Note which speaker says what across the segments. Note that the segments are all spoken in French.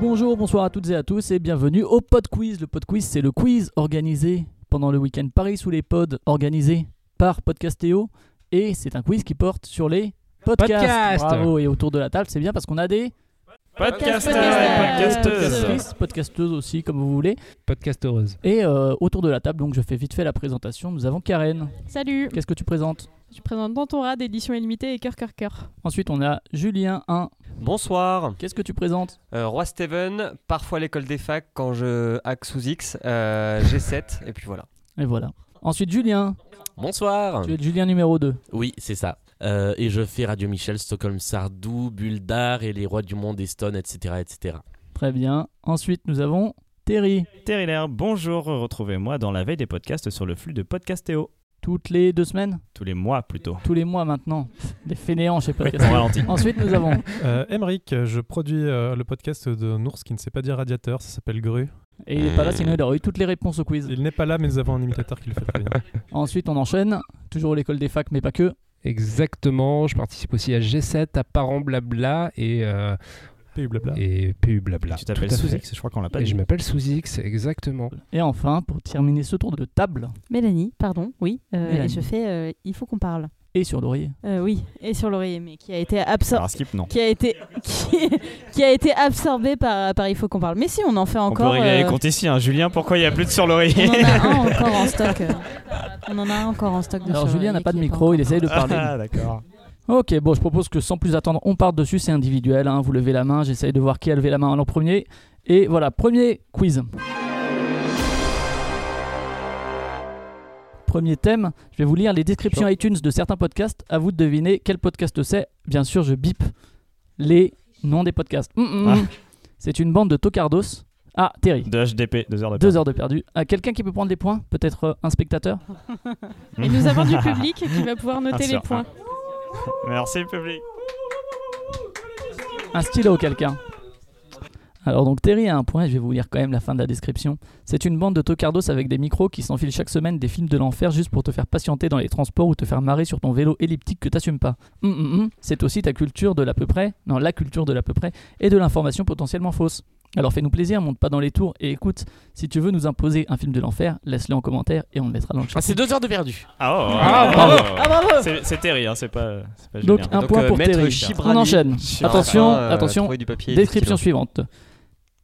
Speaker 1: bonjour, bonsoir à toutes et à tous et bienvenue au Pod Quiz. Le Pod Quiz, c'est le quiz organisé pendant le week-end Paris sous les pods organisé par Podcastéo et c'est un quiz qui porte sur les podcasts.
Speaker 2: Podcast.
Speaker 1: Bravo et autour de la table, c'est bien parce qu'on a des
Speaker 3: Podcasteur
Speaker 2: Podcasteur.
Speaker 1: podcastrices, podcasteuses aussi comme vous voulez
Speaker 2: Podcast heureuse.
Speaker 1: et euh, autour de la table donc je fais vite fait la présentation. Nous avons Karen.
Speaker 4: Salut,
Speaker 1: Qu'est-ce que tu présentes
Speaker 4: je présente Dantora d'édition illimitée et Cœur Cœur Cœur.
Speaker 1: Ensuite, on a Julien 1.
Speaker 3: Bonsoir,
Speaker 1: Qu'est-ce que tu présentes
Speaker 3: Euh, Roi Steven, parfois l'école des facs quand je hack sous X, euh, G7, et puis voilà.
Speaker 1: Et voilà. Ensuite, Julien.
Speaker 5: Bonsoir.
Speaker 1: Tu es Julien numéro 2.
Speaker 5: Oui, c'est ça. Euh, et je fais Radio Michel, Stockholm Sardou, Buldar et les rois du monde, Eston, etc., etc.
Speaker 1: Très bien. Ensuite, nous avons Terry.
Speaker 6: Terry Lair, bonjour, retrouvez-moi dans la veille des podcasts sur le flux de Podcastéo.
Speaker 1: Toutes les deux semaines
Speaker 6: Tous les mois plutôt.
Speaker 1: Tous les mois maintenant. Des fainéants, je sais pas.
Speaker 6: Oui, on ralentit.
Speaker 1: Ensuite, nous avons.
Speaker 7: Euh, Emeric, je produis euh, le podcast d'un ours qui ne sait pas dire radiateur, ça s'appelle Grue.
Speaker 1: Et il est pas là, sinon il aurait eu toutes les réponses au quiz.
Speaker 7: Il n'est pas là, mais nous avons un imitateur qui le fait très bien.
Speaker 1: Ensuite, on enchaîne. Toujours l'école des facs, mais pas que.
Speaker 2: Exactement, je participe aussi à G7, à Parent Blabla et, euh,
Speaker 7: PU blabla.
Speaker 2: et PU Blabla.
Speaker 6: Tu t'appelles
Speaker 2: Bah, Tout à fait.
Speaker 6: Souzix, je crois qu'on l'a pas
Speaker 2: Et je
Speaker 6: dit.
Speaker 2: m'appelle Souzix, exactement.
Speaker 1: Et enfin, pour terminer ce tour de table,
Speaker 8: Mélanie, pardon, oui. euh,
Speaker 1: Mélanie.
Speaker 8: Et je fais euh, Il faut qu'on parle.
Speaker 1: et sur l'oreiller.
Speaker 8: Euh, oui, et sur l'oreiller, mais qui a été absorbé.
Speaker 6: Alors skip, non.
Speaker 8: Qui a, été, qui, qui a été absorbé par, par Il faut qu'on parle. Mais si, on en fait encore.
Speaker 6: on peut régler
Speaker 8: euh,
Speaker 6: les comptes ici, hein. Julien, pourquoi il n'y a plus de sur
Speaker 8: on
Speaker 6: l'oreiller
Speaker 8: en a un encore en stock. euh, on en a un encore en stock de
Speaker 1: Alors,
Speaker 8: sur euh, hein.
Speaker 1: Julien n'a
Speaker 8: l'oreiller
Speaker 1: pas de
Speaker 8: qui est
Speaker 1: micro, il
Speaker 8: encore-
Speaker 1: essaye de parler.
Speaker 6: Ah, d'accord.
Speaker 1: Ok, bon, je propose que sans plus attendre, on parte dessus. C'est individuel. hein. Vous levez la main, j'essaye de voir qui a levé la main en l'an premier. Et voilà, premier quiz. Premier thème, je vais vous lire les descriptions iTunes de certains podcasts. À vous de deviner quel podcast c'est. Bien sûr, je bip les noms des podcasts. Hum, hum, hum. C'est une bande de tocardos. Ah, Terry.
Speaker 6: De HDP, deux heures de
Speaker 1: Deux
Speaker 6: perdu.
Speaker 1: heures de perdu. Ah, Quelqu'un qui peut prendre les points Peut-être euh, un spectateur
Speaker 4: Et nous avons du public qui va pouvoir noter
Speaker 6: Un
Speaker 4: les
Speaker 6: sur
Speaker 4: points.
Speaker 6: Merci, public.
Speaker 1: Un stylo, quelqu'un. Alors donc Terry a un point, je vais vous lire quand même la fin de la description. C'est une bande de tocardos avec des micros qui s'enfilent chaque semaine des films de l'enfer juste pour te faire patienter dans les transports ou te faire marrer sur ton vélo elliptique que t'assumes pas. Hum, hum, hum. C'est aussi ta culture de l'à peu près, non la culture de l'à peu près, et de l'information potentiellement fausse. Alors fais-nous plaisir, monte pas dans les tours et écoute, si tu veux nous imposer un film de l'enfer, laisse-le en commentaire et on le mettra dans le chat.
Speaker 5: Ah, c'est deux heures de perdu.
Speaker 6: Ah, oh,
Speaker 2: Ah,
Speaker 1: bravo.
Speaker 6: C'est- C'est Terry, hein, c'est pas, c'est pas Julien.
Speaker 1: Donc un point
Speaker 3: euh,
Speaker 1: pour
Speaker 3: Maître
Speaker 1: Terry.
Speaker 3: Chibrani.
Speaker 1: On enchaîne.
Speaker 3: Sur-
Speaker 1: Attention,
Speaker 3: euh,
Speaker 1: attention,
Speaker 3: trouver du papier et du
Speaker 1: Description
Speaker 3: stylo.
Speaker 1: suivante.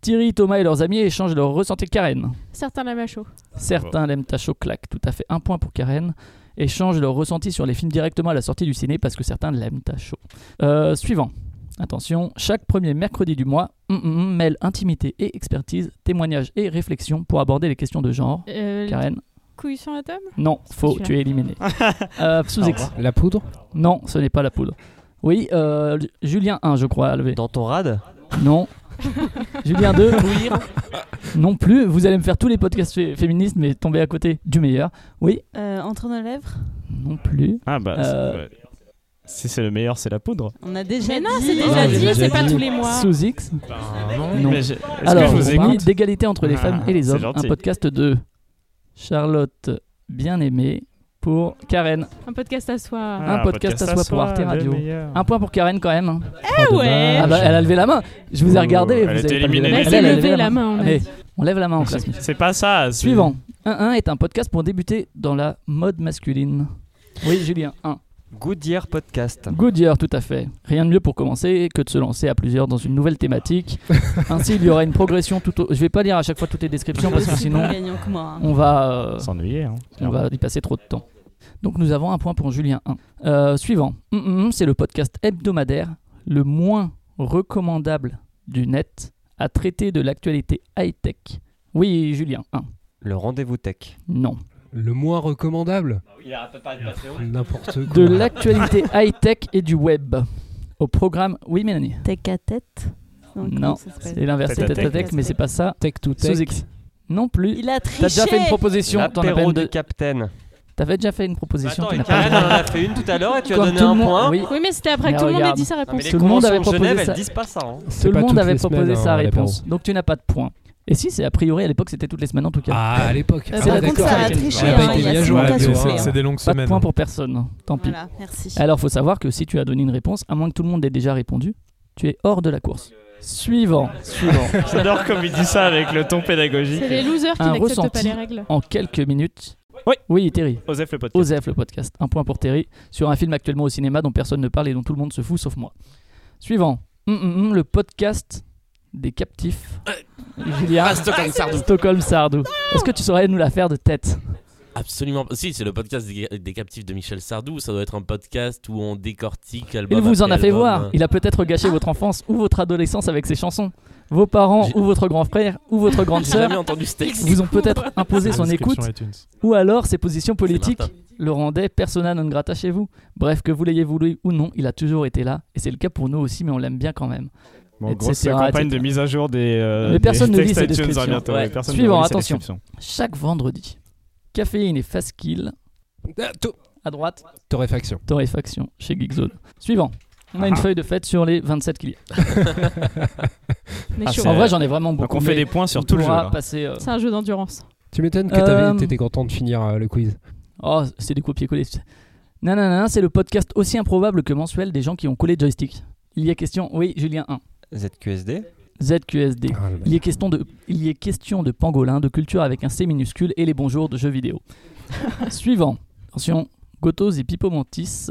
Speaker 1: Thierry, Thomas et leurs amis échangent leurs ressentis de Karen.
Speaker 4: Certains la macho.
Speaker 1: Certains l'aiment à chaud claque, tout à fait un point pour Karen. Échangent leurs ressentis sur les films directement à la sortie du ciné parce que certains l'aiment à chaud. Euh, suivant. Attention, chaque premier mercredi du mois, hum, hum, hum, mêle intimité et expertise, témoignage et réflexion pour aborder les questions de genre.
Speaker 4: Euh,
Speaker 1: Karen,
Speaker 4: couille sur la table
Speaker 1: non, faux,
Speaker 4: celui-là.
Speaker 1: tu es éliminé. Euh, Sous-ex,
Speaker 2: La poudre
Speaker 1: non, ce n'est pas la poudre. Oui, euh, Julien 1, je crois, à lever.
Speaker 3: Dans ton rad
Speaker 1: Non. Julien 2, Non plus. Vous allez me faire tous les podcasts fé- féministes, mais tomber à côté du meilleur. Oui,
Speaker 8: Euh, entre nos lèvres,
Speaker 1: non plus.
Speaker 6: Ah, bah. c'est-
Speaker 1: Euh.
Speaker 6: ouais. Si c'est le meilleur, c'est la poudre.
Speaker 8: on a déjà
Speaker 4: Mais non,
Speaker 8: dit-
Speaker 4: c'est déjà
Speaker 2: Ah,
Speaker 4: dit,
Speaker 2: déjà
Speaker 4: c'est
Speaker 2: dit.
Speaker 4: pas tous les mois.
Speaker 1: Sous X. Non.
Speaker 6: Ben, Mais je- Est-ce que
Speaker 1: Alors,
Speaker 6: je vous
Speaker 1: on parle
Speaker 6: écoute Ah,
Speaker 1: d'égalité entre les femmes et les
Speaker 6: C'est
Speaker 1: hommes. Un
Speaker 6: gentil.
Speaker 1: podcast de Charlotte Bien-Aimée pour Karen.
Speaker 4: Un podcast à soi.
Speaker 6: Ah,
Speaker 1: un podcast à soi pour Arte
Speaker 6: le
Speaker 1: Radio.
Speaker 6: meilleur.
Speaker 1: Un point pour Karen quand même. hein.
Speaker 2: Ah,
Speaker 4: ouais.
Speaker 1: Ah bah, elle a levé la main. Je vous ai
Speaker 6: Ouh,
Speaker 1: regardé.
Speaker 6: elle
Speaker 1: vous
Speaker 6: était
Speaker 1: avez pas levé
Speaker 6: éliminée.
Speaker 1: la main.
Speaker 4: Elle
Speaker 1: Elle,
Speaker 4: s'est
Speaker 1: elle a levé
Speaker 4: levée
Speaker 1: la
Speaker 4: la
Speaker 1: main.
Speaker 4: main, on a
Speaker 1: Allez.
Speaker 4: dit.
Speaker 1: On lève la main en classe.
Speaker 6: C'est- C'est pas ça. c'est-
Speaker 1: Suivant. 1-1 est un podcast pour débuter dans la mode masculine. Oui, Julien, 1.
Speaker 3: Goodyear Podcast.
Speaker 1: Goodyear, tout à fait. Rien de mieux pour commencer que de se lancer à plusieurs dans une nouvelle thématique. Ainsi, il y aura une progression tout au... Je vais pas lire à chaque fois toutes les descriptions parce que
Speaker 8: C'est plus
Speaker 1: sinon,
Speaker 8: gagnant que moi. hein.
Speaker 1: on va, euh,
Speaker 6: S'ennuyer. Hein.
Speaker 1: on va y passer trop de temps. Donc nous avons un point pour Julien 1. Euh, suivant. Hum, hum, hum, C'est le podcast hebdomadaire le moins recommandable du net à traiter de l'actualité high-tech. Oui, Julien 1.
Speaker 3: Le rendez-vous tech.
Speaker 1: Non.
Speaker 2: Le moins recommandable N'importe quoi.
Speaker 1: De l'actualité high-tech et du web. Au programme... Oui, Mélanie
Speaker 8: Tête à tête. Donc,
Speaker 1: Non,
Speaker 8: comment ça s'appelle
Speaker 1: c'est l'inverse, c'est
Speaker 6: Tête à
Speaker 1: tête à
Speaker 8: tech.
Speaker 1: tech, mais c'est pas ça.
Speaker 2: Tech to tech.
Speaker 1: Sous-ex. Non plus.
Speaker 8: Il a triché.
Speaker 1: T'as déjà fait une proposition. T'en as,
Speaker 3: L'apéro
Speaker 1: peine de-
Speaker 3: du Capitaine.
Speaker 1: T'avais déjà fait une proposition.
Speaker 3: Attends,
Speaker 1: t'en
Speaker 3: et
Speaker 1: as pas-
Speaker 3: Karen, on en a fait une tout à l'heure et tu as
Speaker 1: Comme
Speaker 3: donné
Speaker 1: tout le
Speaker 3: un
Speaker 1: monde-
Speaker 3: point.
Speaker 1: Oui.
Speaker 4: Oui, mais c'était après
Speaker 1: Mais
Speaker 4: que tout le monde ait
Speaker 1: regarde.
Speaker 4: dit sa
Speaker 3: Non, mais
Speaker 4: réponse.
Speaker 3: les
Speaker 1: Tout le monde
Speaker 3: conventions
Speaker 1: avait
Speaker 3: de
Speaker 1: proposé
Speaker 3: Genève,
Speaker 1: ça.
Speaker 3: elles disent pas ça. hein.
Speaker 2: C'est
Speaker 1: Tout
Speaker 2: pas
Speaker 1: le monde
Speaker 2: toutes
Speaker 1: avait
Speaker 2: les semaines,
Speaker 1: proposé
Speaker 2: hein,
Speaker 1: sa
Speaker 2: à l'apéro.
Speaker 1: réponse. Donc tu n'as pas de point. Et si, c'est a priori, à l'époque, c'était toutes les semaines en tout cas.
Speaker 2: Ah, à l'époque.
Speaker 8: Euh,
Speaker 2: Ah,
Speaker 8: par
Speaker 2: d'accord.
Speaker 8: contre, ça a triché.
Speaker 2: Elle a pas
Speaker 8: hein,
Speaker 2: été
Speaker 8: il y
Speaker 2: mise à
Speaker 8: a
Speaker 2: jour,
Speaker 8: son
Speaker 2: la
Speaker 8: cas
Speaker 2: bio,
Speaker 7: C'est
Speaker 2: hein.
Speaker 8: chauffé, hein.
Speaker 7: c'est des longues
Speaker 1: Pas de
Speaker 7: semaines.
Speaker 1: point pour personne. Tant pis.
Speaker 8: Voilà, merci.
Speaker 1: Alors, faut savoir que si tu as donné une réponse, à moins que tout le monde ait déjà répondu, tu es hors de la course. Suivant, suivant.
Speaker 6: J'adore comme il dit ça avec le ton pédagogique.
Speaker 4: C'est les losers qui
Speaker 1: Un
Speaker 4: n'acceptent pas
Speaker 1: ressenti.
Speaker 4: les règles.
Speaker 1: En quelques minutes.
Speaker 6: Oui.
Speaker 1: Oui, Terry.
Speaker 6: Osef le podcast.
Speaker 1: OZEF le podcast. Un point pour Terry. Sur un film actuellement au cinéma dont personne ne parle et dont tout le monde se fout sauf moi. Suivant. Hum, hum, hum, le podcast des captifs. Julien.
Speaker 5: Ah, Stockholm Sardou.
Speaker 1: Stockholm Sardou. Est-ce que tu saurais nous la faire de tête
Speaker 5: Absolument pas. Si, c'est le podcast des, des captifs de Michel Sardou. Ça doit être un podcast où on décortique album.
Speaker 1: Il vous en
Speaker 5: après
Speaker 1: a fait
Speaker 5: album.
Speaker 1: voir. Il a peut-être gâché votre enfance ou votre adolescence avec ses chansons. Vos parents
Speaker 5: J'ai-
Speaker 1: ou votre grand frère ou votre grande
Speaker 5: J'ai jamais
Speaker 1: sœur
Speaker 5: entendu ce texte.
Speaker 1: vous ont peut-être imposé son écoute ou alors ses positions politiques
Speaker 5: Martin.
Speaker 1: le rendaient persona non grata chez vous. Bref, que vous l'ayez voulu ou non, il a toujours été là et c'est le cas pour nous aussi, mais on l'aime bien quand même.
Speaker 6: Bon, grosse
Speaker 1: etc.,
Speaker 6: campagne
Speaker 1: etc.
Speaker 6: de mise à jour des, euh,
Speaker 1: Mais personne
Speaker 6: des
Speaker 1: ne lit
Speaker 6: textes
Speaker 1: ces
Speaker 6: iTunes à
Speaker 1: descriptions.
Speaker 6: bientôt,
Speaker 5: Ouais.
Speaker 6: ouais, personne
Speaker 1: Suivant,
Speaker 6: ne lit ces
Speaker 1: attention.
Speaker 6: descriptions.
Speaker 1: Chaque vendredi, caféine et fast kill à droite,
Speaker 2: Ah, Torréfaction.
Speaker 1: torréfaction chez Geekzone. Suivant. On a une feuille de fête sur les 27 qu'il y a.
Speaker 4: Mais
Speaker 6: Ah,
Speaker 4: chaud.
Speaker 6: c'est-
Speaker 1: En vrai, j'en ai vraiment beaucoup.
Speaker 6: Donc on fait
Speaker 1: mais
Speaker 6: des points sur
Speaker 1: on
Speaker 6: tout le jeu.
Speaker 1: pourra
Speaker 6: là.
Speaker 1: passer, euh,
Speaker 4: C'est un jeu d'endurance.
Speaker 2: Tu m'étonnes que
Speaker 1: Euh,
Speaker 2: t'avais- t'étais content de finir euh, le quiz.
Speaker 1: Oh, c'est des copier-coller. tu sais. Nanana, c'est le podcast aussi improbable que mensuel des gens qui ont collé joystick. Il y a question, oui, Julien 1.
Speaker 3: ZQSD.
Speaker 1: ZQSD.
Speaker 2: Ah, le mec.
Speaker 1: Il y, est question de, il y est question de pangolin, de culture avec un C minuscule et les bonjours de jeux vidéo. Suivant. Attention, Gotos et Pipomontis.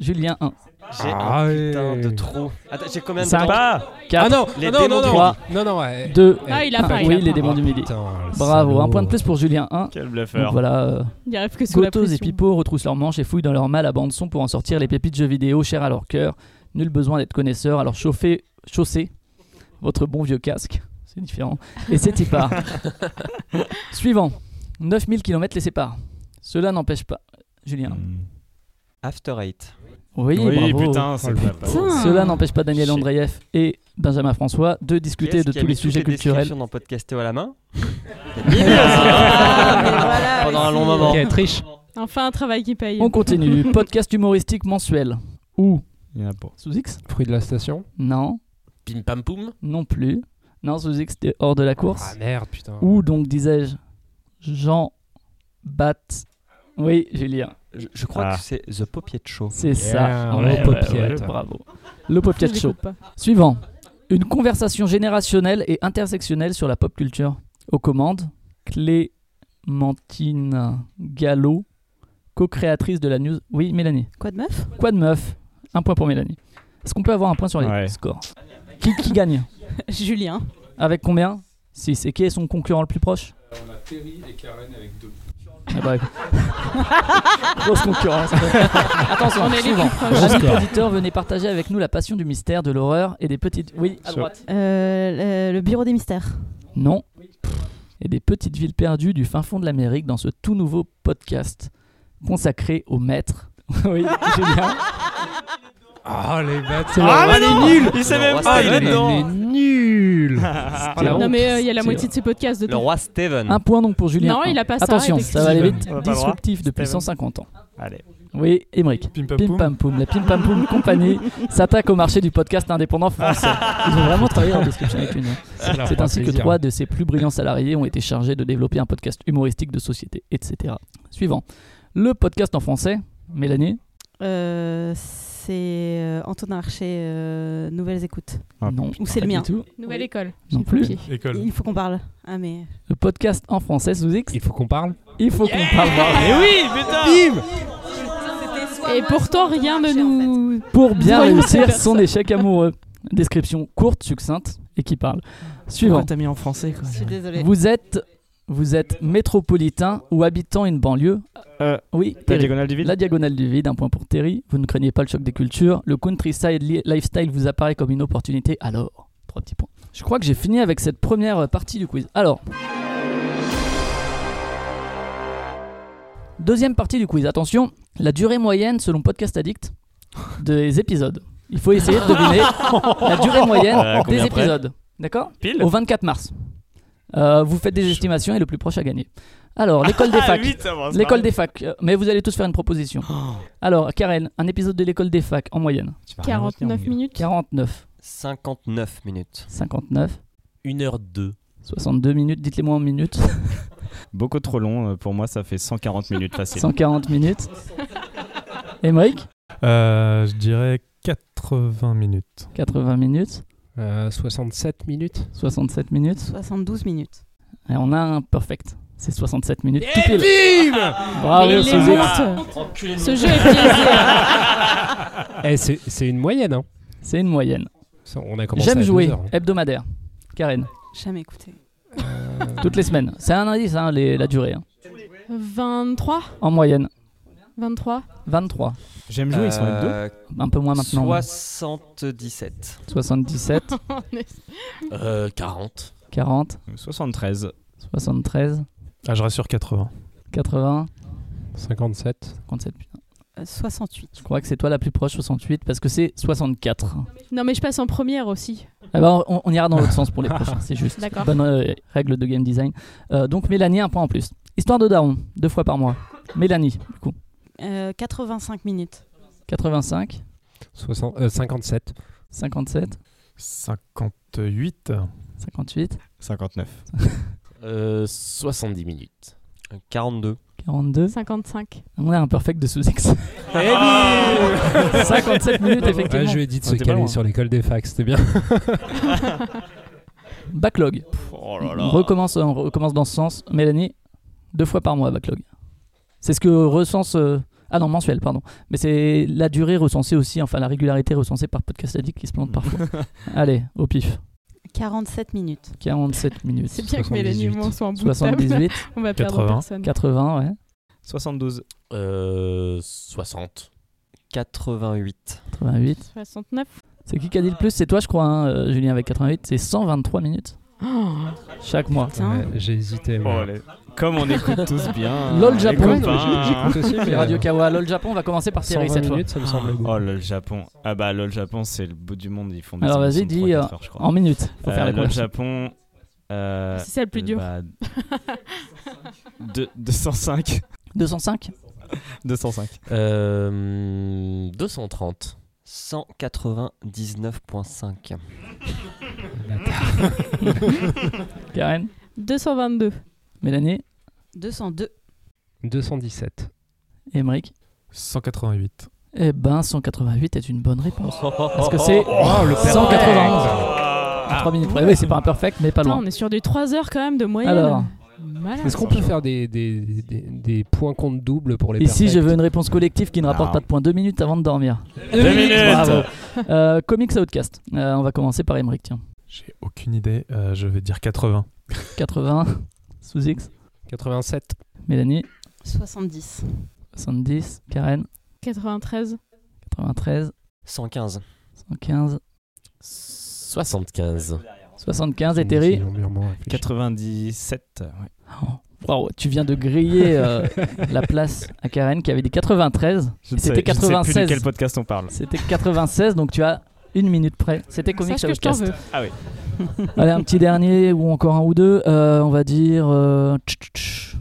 Speaker 1: Julien 1.
Speaker 3: J'ai
Speaker 2: Ah,
Speaker 3: un putain
Speaker 2: ouais.
Speaker 3: de trop. Attends, j'ai combien de
Speaker 1: Cinq.
Speaker 3: temps
Speaker 6: Sympa
Speaker 2: Ah
Speaker 1: 4,
Speaker 2: non,
Speaker 3: Les
Speaker 2: non, non,
Speaker 3: démons
Speaker 1: du
Speaker 2: non,
Speaker 1: midi.
Speaker 2: non, non, ouais.
Speaker 1: 2,
Speaker 4: Ah, il a pas, il a
Speaker 1: oui, les
Speaker 4: pas.
Speaker 1: démons du midi.
Speaker 2: Putain, le
Speaker 1: Bravo, un
Speaker 2: salaud.
Speaker 1: point de plus pour Julien 1.
Speaker 6: Quel
Speaker 1: Donc
Speaker 6: bluffeur.
Speaker 1: voilà, euh,
Speaker 4: Il n'y arrive que sous la
Speaker 1: Gotos
Speaker 4: pression.
Speaker 1: et Pipo retroussent leurs manches et fouillent dans leur mal à bande son pour en sortir les pépites jeux vidéo chères à leur cœur. Nul besoin d'être connaisseur, alors chauffez, chaussez votre bon vieux casque, c'est différent, et c'est y part. Suivant, 9000 km les séparent. Cela n'empêche pas. Julien.
Speaker 3: Mm. After Eight.
Speaker 1: Oui,
Speaker 6: Mm. Oui,
Speaker 1: bravo. Oh,
Speaker 6: putain, c'est pas mal.
Speaker 8: Putain.
Speaker 1: Cela n'empêche pas Daniel
Speaker 6: Shit.
Speaker 1: Andreev et Benjamin François de discuter
Speaker 3: Yes,
Speaker 1: de
Speaker 3: qui a
Speaker 1: tous
Speaker 3: mis
Speaker 1: les
Speaker 3: toutes
Speaker 1: sujets culturels.
Speaker 3: descriptions dans Podcastéo à la main.
Speaker 8: Ah, mais voilà,
Speaker 3: Pendant un
Speaker 8: aussi.
Speaker 3: long moment.
Speaker 2: Ok, triche.
Speaker 4: Enfin, un travail qui paye.
Speaker 1: On continue. Podcast humoristique mensuel. Ou
Speaker 6: Il y en a pas.
Speaker 1: sous X
Speaker 2: Fruit de la station.
Speaker 1: Non,
Speaker 5: Pim pam poum.
Speaker 1: non plus. Non, sous X, c'était hors de la course.
Speaker 2: Ah merde, putain.
Speaker 1: Ou donc disais-je Jean Bat. Oui, Julien,
Speaker 3: Je, je crois
Speaker 6: Ah.
Speaker 3: que c'est The Popiet Show.
Speaker 1: c'est ça.
Speaker 2: Yeah,
Speaker 1: en
Speaker 2: ouais,
Speaker 1: low
Speaker 2: ouais,
Speaker 1: popiette.
Speaker 2: ouais.
Speaker 1: Bravo. Le
Speaker 4: Je
Speaker 1: popiette
Speaker 4: l'écoute
Speaker 1: show.
Speaker 4: pas.
Speaker 1: Suivant. Une conversation générationnelle et intersectionnelle sur la pop culture. Aux commandes, Clémentine Gallo, co-créatrice de la news. Oui, Mélanie.
Speaker 8: Quoi de meuf
Speaker 1: Quoi de meuf Un point pour Mélanie. Est-ce qu'on peut avoir un point sur les
Speaker 6: Ouais.
Speaker 1: scores qui, qui gagne
Speaker 8: Julien.
Speaker 1: Avec combien 6. Et qui est son concurrent le plus proche On a Terry et Karen avec deux. Grosse concurrence. Attention,
Speaker 4: On est les
Speaker 1: suivant.
Speaker 4: plus proches.
Speaker 1: Amis auditeurs, venez partager avec nous la passion du mystère, de l'horreur et des petites. Oui, à
Speaker 6: Sur-
Speaker 1: droite.
Speaker 8: Euh, le, le bureau des mystères.
Speaker 1: Non. Et des petites villes perdues du fin fond de l'Amérique dans ce tout nouveau podcast consacré aux maîtres. oui, Julien.
Speaker 2: Ah, les bêtes.
Speaker 6: Ah, mais
Speaker 2: il est
Speaker 6: non
Speaker 2: nul
Speaker 6: Il sait
Speaker 3: Le
Speaker 6: même
Speaker 3: roi
Speaker 6: pas, il est
Speaker 3: Steven.
Speaker 2: Il est
Speaker 6: dedans
Speaker 2: nul
Speaker 1: C'était
Speaker 2: la
Speaker 1: honte.
Speaker 4: Non, mais euh, il y a la
Speaker 1: C'est
Speaker 4: moitié de ces podcasts de
Speaker 3: Le roi Steven.
Speaker 1: Un point donc pour Julien.
Speaker 4: Non, il a pas ça,
Speaker 1: Attention, ça va aller vite.
Speaker 6: On a pas le droit.
Speaker 1: Disruptif depuis
Speaker 6: Steven.
Speaker 1: 150 ans.
Speaker 6: Allez.
Speaker 1: Oui, Emmerich.
Speaker 7: Pim pam
Speaker 1: Pim
Speaker 7: poum.
Speaker 1: Pam Poum, la Pim Pam Poum Compagnie s'attaque au marché du podcast indépendant français. Ils ont vraiment travaillé en description avec une. hein.
Speaker 2: Ah,
Speaker 1: C'est ainsi que trois de ses plus brillants salariés ont été chargés de développer un podcast humoristique de société, etc. Suivant. Le podcast en français, Mélanie
Speaker 8: Euh, c'est euh, Antonin Archer, euh, Nouvelles Écoutes.
Speaker 6: Ah,
Speaker 1: Non.
Speaker 8: Ou c'est
Speaker 1: pas
Speaker 8: le
Speaker 1: du
Speaker 8: mien.
Speaker 1: tout.
Speaker 4: Nouvelle école.
Speaker 1: Non
Speaker 4: J'ai
Speaker 1: plus.
Speaker 4: copié.
Speaker 7: École.
Speaker 8: Il faut qu'on parle. Ah, mais.
Speaker 1: Le podcast en français, sous X,
Speaker 2: Il faut qu'on parle.
Speaker 1: il faut qu'on parle.
Speaker 6: Mais oui, putain
Speaker 2: Bim
Speaker 8: euh.
Speaker 4: Et pourtant, rien ne nous.
Speaker 1: Pour bien
Speaker 4: Voyons
Speaker 1: réussir
Speaker 4: cette
Speaker 1: son échec amoureux. Description courte, succincte et qui parle. Suivant.
Speaker 9: t'as mis en français quoi
Speaker 8: Je suis désolée.
Speaker 1: Vous êtes, vous êtes métropolitain ou habitant une banlieue Ah,
Speaker 6: Euh,
Speaker 1: Oui,
Speaker 6: La
Speaker 1: Terry.
Speaker 6: diagonale du vide
Speaker 1: La diagonale du vide, un point pour Terry. Vous ne craignez pas le choc des cultures. Le countryside li- lifestyle vous apparaît comme une opportunité. Alors, trois petits points. Je crois que j'ai fini avec cette première euh, partie du quiz. Alors. Deuxième partie du quiz. Attention, la durée moyenne selon Podcast Addict des épisodes. Il faut essayer de deviner la durée moyenne
Speaker 6: Euh, combien
Speaker 1: des
Speaker 6: après
Speaker 1: épisodes. D'accord
Speaker 6: Pile
Speaker 1: Au 24 mars. Euh, vous faites des estimations et le plus proche a gagné. Alors, l'école
Speaker 6: Ah,
Speaker 1: des facs. L'école des facs. Euh, Mais vous allez tous faire une proposition. Alors, Karen, un épisode de l'école des facs en moyenne.
Speaker 4: 49 minutes.
Speaker 1: 49,
Speaker 3: 59 minutes.
Speaker 1: 59,
Speaker 5: 1h02.
Speaker 1: 62 minutes. Dites-les moi en minutes.
Speaker 6: Beaucoup trop long, euh, pour moi ça fait 140 minutes facile.
Speaker 1: 140 minutes. Et Mike
Speaker 7: Euh, je dirais 80 minutes.
Speaker 1: 80 minutes.
Speaker 2: Euh, 67 minutes
Speaker 1: 67 minutes.
Speaker 8: 72 minutes.
Speaker 1: Et on a un perfect. C'est 67 minutes. tout
Speaker 5: Et
Speaker 1: pile.
Speaker 5: bim
Speaker 1: Bravo,
Speaker 8: Mais il les
Speaker 1: Sophie.
Speaker 8: monte.
Speaker 5: Enculé de
Speaker 4: Ce
Speaker 5: merde.
Speaker 4: jeu est biaisé.
Speaker 2: Eh, C'est c'est une moyenne, hein
Speaker 1: C'est une moyenne.
Speaker 2: Ça, On a commencé à
Speaker 1: J'aime
Speaker 2: 12
Speaker 1: jouer,
Speaker 2: heures, hein.
Speaker 1: hebdomadaire. Karen,
Speaker 8: Jamais écouté.
Speaker 1: toutes les semaines. C'est un indice, hein, les- la durée. hein.
Speaker 4: 23
Speaker 1: En moyenne,
Speaker 4: 23
Speaker 1: 23.
Speaker 6: J'aime jouer, ils sont avec deux.
Speaker 3: Euh,
Speaker 1: Un peu moins maintenant.
Speaker 3: 77.
Speaker 1: 77,
Speaker 5: Euh, 40.
Speaker 1: 40,
Speaker 6: 73.
Speaker 1: 73,
Speaker 2: hein.
Speaker 7: Ah, je rassure 80.
Speaker 1: 80,
Speaker 2: 57.
Speaker 1: 57. Putain,
Speaker 8: Euh, 68.
Speaker 1: Je crois que c'est toi la plus proche, 68, parce que c'est 64.
Speaker 4: Non, mais je passe en première aussi.
Speaker 1: Ah bah, on, on ira dans l'autre sens pour les prochains, c'est juste.
Speaker 4: D'accord.
Speaker 1: Bonne euh, règle de game design. Euh, donc Mélanie, un point en plus. Histoire de Daron, deux fois par mois. Mélanie, du coup.
Speaker 8: Euh, 85 minutes.
Speaker 1: 85,
Speaker 2: 60 euh, 57.
Speaker 1: 57,
Speaker 7: 58.
Speaker 1: 58,
Speaker 6: 59.
Speaker 5: Euh, 70 minutes.
Speaker 3: 42.
Speaker 1: 42.
Speaker 4: 55.
Speaker 1: On a un perfect de sous 57 minutes, effectivement.
Speaker 2: Eh Ah, Ouais, je lui ai dit de
Speaker 7: Ah,
Speaker 6: On
Speaker 2: se
Speaker 6: était pas
Speaker 2: caler
Speaker 6: loin.
Speaker 2: sur l'école des facs, c'était bien.
Speaker 1: Backlog.
Speaker 6: Oh
Speaker 1: On recommence, on recommence dans ce sens. Mélanie, deux fois par mois, backlog. C'est ce que recense. euh, Ah non, mensuel, pardon. Mais c'est la durée recensée aussi, enfin la régularité recensée par Podcast Addict qui se plante parfois. Allez, au pif.
Speaker 8: 47 minutes.
Speaker 1: 47 minutes.
Speaker 4: C'est bien que Mélanie et moi, on soit en bout de table.
Speaker 1: 78,
Speaker 4: On va perdre
Speaker 7: 80.
Speaker 4: personne.
Speaker 1: 80, ouais.
Speaker 6: 72.
Speaker 5: Euh, 60.
Speaker 3: 88.
Speaker 1: 88.
Speaker 4: 69.
Speaker 1: C'est qui qui a dit le plus C'est toi, je crois, hein, euh, Julien, avec 88. C'est 123 minutes
Speaker 8: Oh,
Speaker 1: chaque mois.
Speaker 8: Putain.
Speaker 2: Ouais, euh, J'ai hésité. mais-
Speaker 6: Oh, Comme on écoute tous bien.
Speaker 1: LOL
Speaker 6: les
Speaker 1: Japon.
Speaker 6: Ah. copains.
Speaker 2: J'écoute aussi,
Speaker 1: C'est
Speaker 2: mais-
Speaker 1: Radio Kawa, LOL Japon, on va commencer par Thierry
Speaker 2: 120
Speaker 1: cette fois.
Speaker 2: minutes, ça me semble beaucoup.
Speaker 6: Oh LOL Japon. Ah bah LOL Japon, c'est le bout du monde. Ils font des
Speaker 1: Alors, vas-y,
Speaker 6: émissions de
Speaker 1: dis,
Speaker 6: trois, quatre heures, je crois.
Speaker 1: En minutes, faut faire
Speaker 6: Euh,
Speaker 1: les
Speaker 6: LOL
Speaker 1: comptes.
Speaker 6: Japon. euh,
Speaker 4: C'est ça le plus dur.
Speaker 6: bah, deux- 205.
Speaker 1: 205
Speaker 6: 205.
Speaker 5: Euh, 230.
Speaker 3: 199.5.
Speaker 1: Karen
Speaker 4: 222.
Speaker 1: Mélanie
Speaker 8: 202.
Speaker 2: 217.
Speaker 1: Emmerich
Speaker 7: 188.
Speaker 1: Eh ben, 188 est une bonne réponse. Parce
Speaker 3: Oh,
Speaker 1: que c'est
Speaker 6: Oh,
Speaker 1: 191. À 3 minutes près. Oui, c'est pas imperfect, mais pas
Speaker 4: Putain,
Speaker 1: loin.
Speaker 4: on est sur des 3 heures quand même de moyenne.
Speaker 1: Alors.
Speaker 8: Ah,
Speaker 4: Malade.
Speaker 2: Est-ce qu'on peut faire des, des, des, des points compte double pour les
Speaker 1: Ici,
Speaker 2: perfects
Speaker 1: je veux une réponse collective qui ne rapporte
Speaker 6: Non.
Speaker 1: pas de points. Deux minutes avant de dormir.
Speaker 6: Deux minutes.
Speaker 1: Bravo. Euh, comics Outcast. Euh, on va commencer par Emmerich, tiens.
Speaker 7: J'ai aucune idée. Euh, je vais dire 80.
Speaker 1: 80, sous X.
Speaker 2: 87.
Speaker 1: Mélanie,
Speaker 8: 70.
Speaker 1: 70. Karen,
Speaker 4: 93.
Speaker 1: 93.
Speaker 3: 115.
Speaker 1: 115.
Speaker 5: 75.
Speaker 1: 75. Et Terry
Speaker 2: Ils ont mûrement réfléchi.
Speaker 6: 97. ouais.
Speaker 1: Oh, Waouh, tu viens de griller euh, la place à Karen qui avait dit 93.
Speaker 6: Je
Speaker 1: Et
Speaker 6: sais-
Speaker 1: C'était
Speaker 6: Je ne sais plus de
Speaker 1: 96.
Speaker 6: quel podcast on parle.
Speaker 1: C'était 96, donc tu as une minute près. C'était Comics
Speaker 4: Sache que je t'en
Speaker 1: Outcast.
Speaker 4: veux.
Speaker 1: Allez, un petit dernier ou encore un ou deux. Euh, on va dire euh, tch, tch, tch.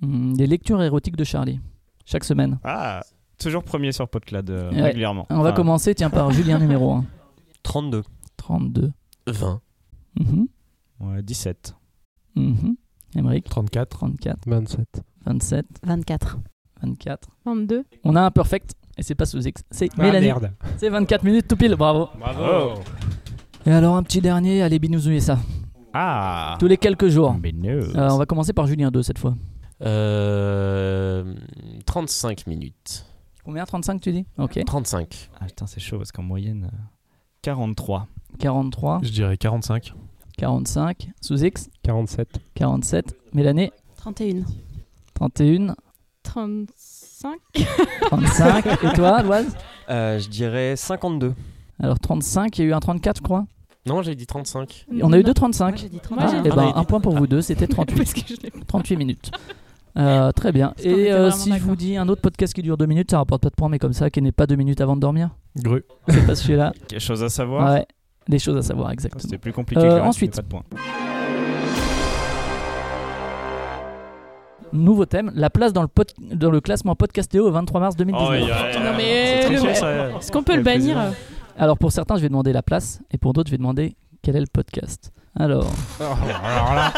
Speaker 1: Hmm, les lectures érotiques de Charlie chaque semaine.
Speaker 6: Ah, toujours premier sur Podclad euh,
Speaker 1: Ouais.
Speaker 6: régulièrement.
Speaker 1: On
Speaker 2: Ah.
Speaker 1: va
Speaker 6: Enfin,
Speaker 1: commencer tiens par Julien numéro 1.
Speaker 3: 32.
Speaker 1: 32.
Speaker 5: 20.
Speaker 1: Mhm,
Speaker 6: ouais, 17.
Speaker 1: mhm. Émeric,
Speaker 7: 34.
Speaker 1: 34,
Speaker 2: 27.
Speaker 1: 27,
Speaker 8: 24.
Speaker 1: 24.
Speaker 4: 22.
Speaker 1: On a un perfect et c'est pas sous X, c'est
Speaker 2: Ah,
Speaker 1: Mélanie.
Speaker 2: merde.
Speaker 1: C'est 24 minutes tout pile, bravo.
Speaker 6: Oh.
Speaker 2: Bravo.
Speaker 1: Et alors un petit dernier, allez Binous USA.
Speaker 6: Ah.
Speaker 1: Tous les quelques jours.
Speaker 6: Mais no.
Speaker 2: Ah,
Speaker 1: Euh, on va commencer par Julien 2 cette fois.
Speaker 5: Euh, 35 minutes.
Speaker 1: Combien 35 tu dis Ok.
Speaker 5: 35.
Speaker 6: Ah putain, c'est chaud parce qu'en moyenne. euh, 43.
Speaker 1: 43,
Speaker 7: Je dirais 45.
Speaker 1: 45, sous X,
Speaker 2: 47.
Speaker 1: 47. Mélanie,
Speaker 8: 31.
Speaker 1: 31,
Speaker 4: 35.
Speaker 1: 35. Et toi, Loise
Speaker 3: Euh, je dirais 52.
Speaker 1: Alors 35, il y a eu un 34, je crois.
Speaker 5: Non, j'ai dit 35.
Speaker 1: On a eu deux
Speaker 8: Moi
Speaker 1: 35.
Speaker 8: j'ai dit
Speaker 4: Moi, j'ai
Speaker 1: Ah,
Speaker 4: dit
Speaker 1: eh ben,
Speaker 4: 35.
Speaker 1: un point pour vous deux, c'était
Speaker 4: Parce
Speaker 1: 38,
Speaker 4: que je l'ai pas.
Speaker 1: 38 minutes. Euh, très bien.
Speaker 4: qu'on était
Speaker 1: Et euh,
Speaker 4: vraiment
Speaker 1: si je
Speaker 4: d'accord.
Speaker 1: vous dis un autre podcast qui dure 2 minutes, ça rapporte pas de points, mais comme ça, qui n'est pas 2 minutes avant de dormir
Speaker 7: Gru.
Speaker 1: C'est pas celui-là.
Speaker 6: Quelque chose à savoir.
Speaker 1: Ouais, des choses à savoir,
Speaker 6: Ah,
Speaker 1: exactement.
Speaker 6: C'était plus compliqué.
Speaker 1: Euh,
Speaker 6: que le reste,
Speaker 1: ensuite.
Speaker 6: mais Pas de points.
Speaker 1: Nouveau thème la place dans le, pod- dans le classement Podcastéo au 23 mars
Speaker 6: Oh,
Speaker 1: 2019.
Speaker 4: Non, mais le- Est-ce qu'on peut le bannir euh,
Speaker 1: Alors pour certains, je vais demander la place, et pour d'autres, je vais demander quel est le podcast. Alors,
Speaker 2: Oh, alors là,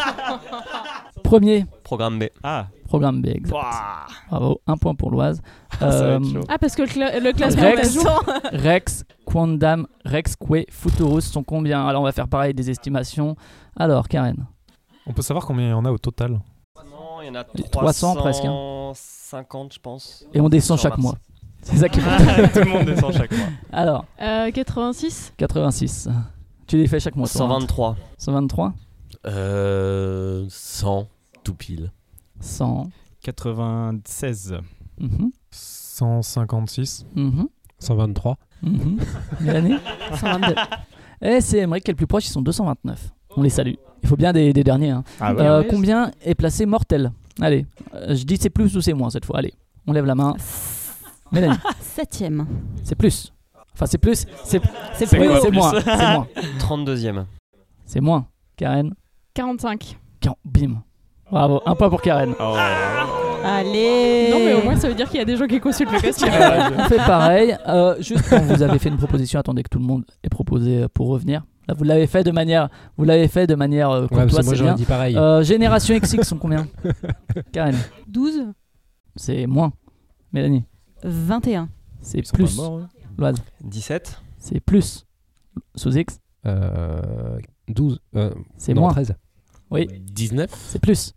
Speaker 1: Premier,
Speaker 3: Programme B.
Speaker 6: Ah,
Speaker 1: programme B, exact.
Speaker 6: Ouah.
Speaker 1: Bravo, un point pour l'Oise. Euh,
Speaker 4: Ah, parce que le, cla- le classement
Speaker 1: Rex.
Speaker 4: passe.
Speaker 1: Rex, Quandam, Rex, Que, Futurus sont combien Alors on va faire pareil des estimations. Alors Karen,
Speaker 7: On peut savoir combien il y en a au total
Speaker 3: Non, il y en a
Speaker 1: Il y a 300
Speaker 6: hein.
Speaker 1: presque,
Speaker 3: 50, je pense.
Speaker 1: et on descend
Speaker 3: Sur
Speaker 1: chaque
Speaker 3: Mars.
Speaker 1: mois. C'est ça qui est important.
Speaker 6: tout le monde descend chaque mois.
Speaker 1: Alors,
Speaker 4: Euh, 86
Speaker 1: 86. Tu les fais chaque mois. toi, hein
Speaker 3: 123.
Speaker 1: 123
Speaker 5: Euh, 100, tout pile.
Speaker 1: 100.
Speaker 6: 96.
Speaker 1: Mhm,
Speaker 7: 156.
Speaker 1: mhm,
Speaker 2: 123.
Speaker 1: mhm. Mélanie
Speaker 8: 122.
Speaker 1: Et c'est Emmerich qui est le plus proche, ils sont 229. On les salue. Il faut bien des, des derniers. hein.
Speaker 6: Ah
Speaker 1: Euh, combien est placé mortel Allez, euh, je dis c'est plus ou c'est moins cette fois. Allez, on lève la main. Mélanie,
Speaker 8: Septième.
Speaker 1: c'est plus. Enfin, c'est plus. C'est c'est
Speaker 6: C'est
Speaker 1: plus,
Speaker 6: quoi,
Speaker 1: c'est
Speaker 6: plus
Speaker 1: moins. C'est moins.
Speaker 3: 32e.
Speaker 1: C'est moins. Karen,
Speaker 4: 45.
Speaker 1: quand- bim. Bravo, un point pour Karen.
Speaker 6: Oh.
Speaker 8: Allez.
Speaker 4: Non, mais au moins, ça veut dire qu'il y a des gens qui consultent le classement.
Speaker 1: On fait pareil. Euh, juste quand vous avez fait une proposition, attendez que tout le monde ait proposé euh, pour revenir. Là, vous l'avez fait de manière, vous l'avez fait de manière euh,
Speaker 2: Ouais, parce
Speaker 1: courtoise,
Speaker 2: que moi
Speaker 1: c'est
Speaker 2: j'aurais
Speaker 1: bien.
Speaker 2: dit pareil.
Speaker 1: Euh, Génération XX sont combien Karen,
Speaker 8: 12.
Speaker 1: c'est moins. Mélanie,
Speaker 8: 21.
Speaker 1: c'est
Speaker 6: Ils sont pas
Speaker 1: plus.
Speaker 6: morts, hein. eux.
Speaker 1: Loise,
Speaker 3: 17.
Speaker 1: c'est plus. Sous X,
Speaker 2: Euh, 12. euh,
Speaker 1: c'est
Speaker 2: non,
Speaker 1: moins.
Speaker 2: 13.
Speaker 1: Oui,
Speaker 5: 19
Speaker 1: c'est plus.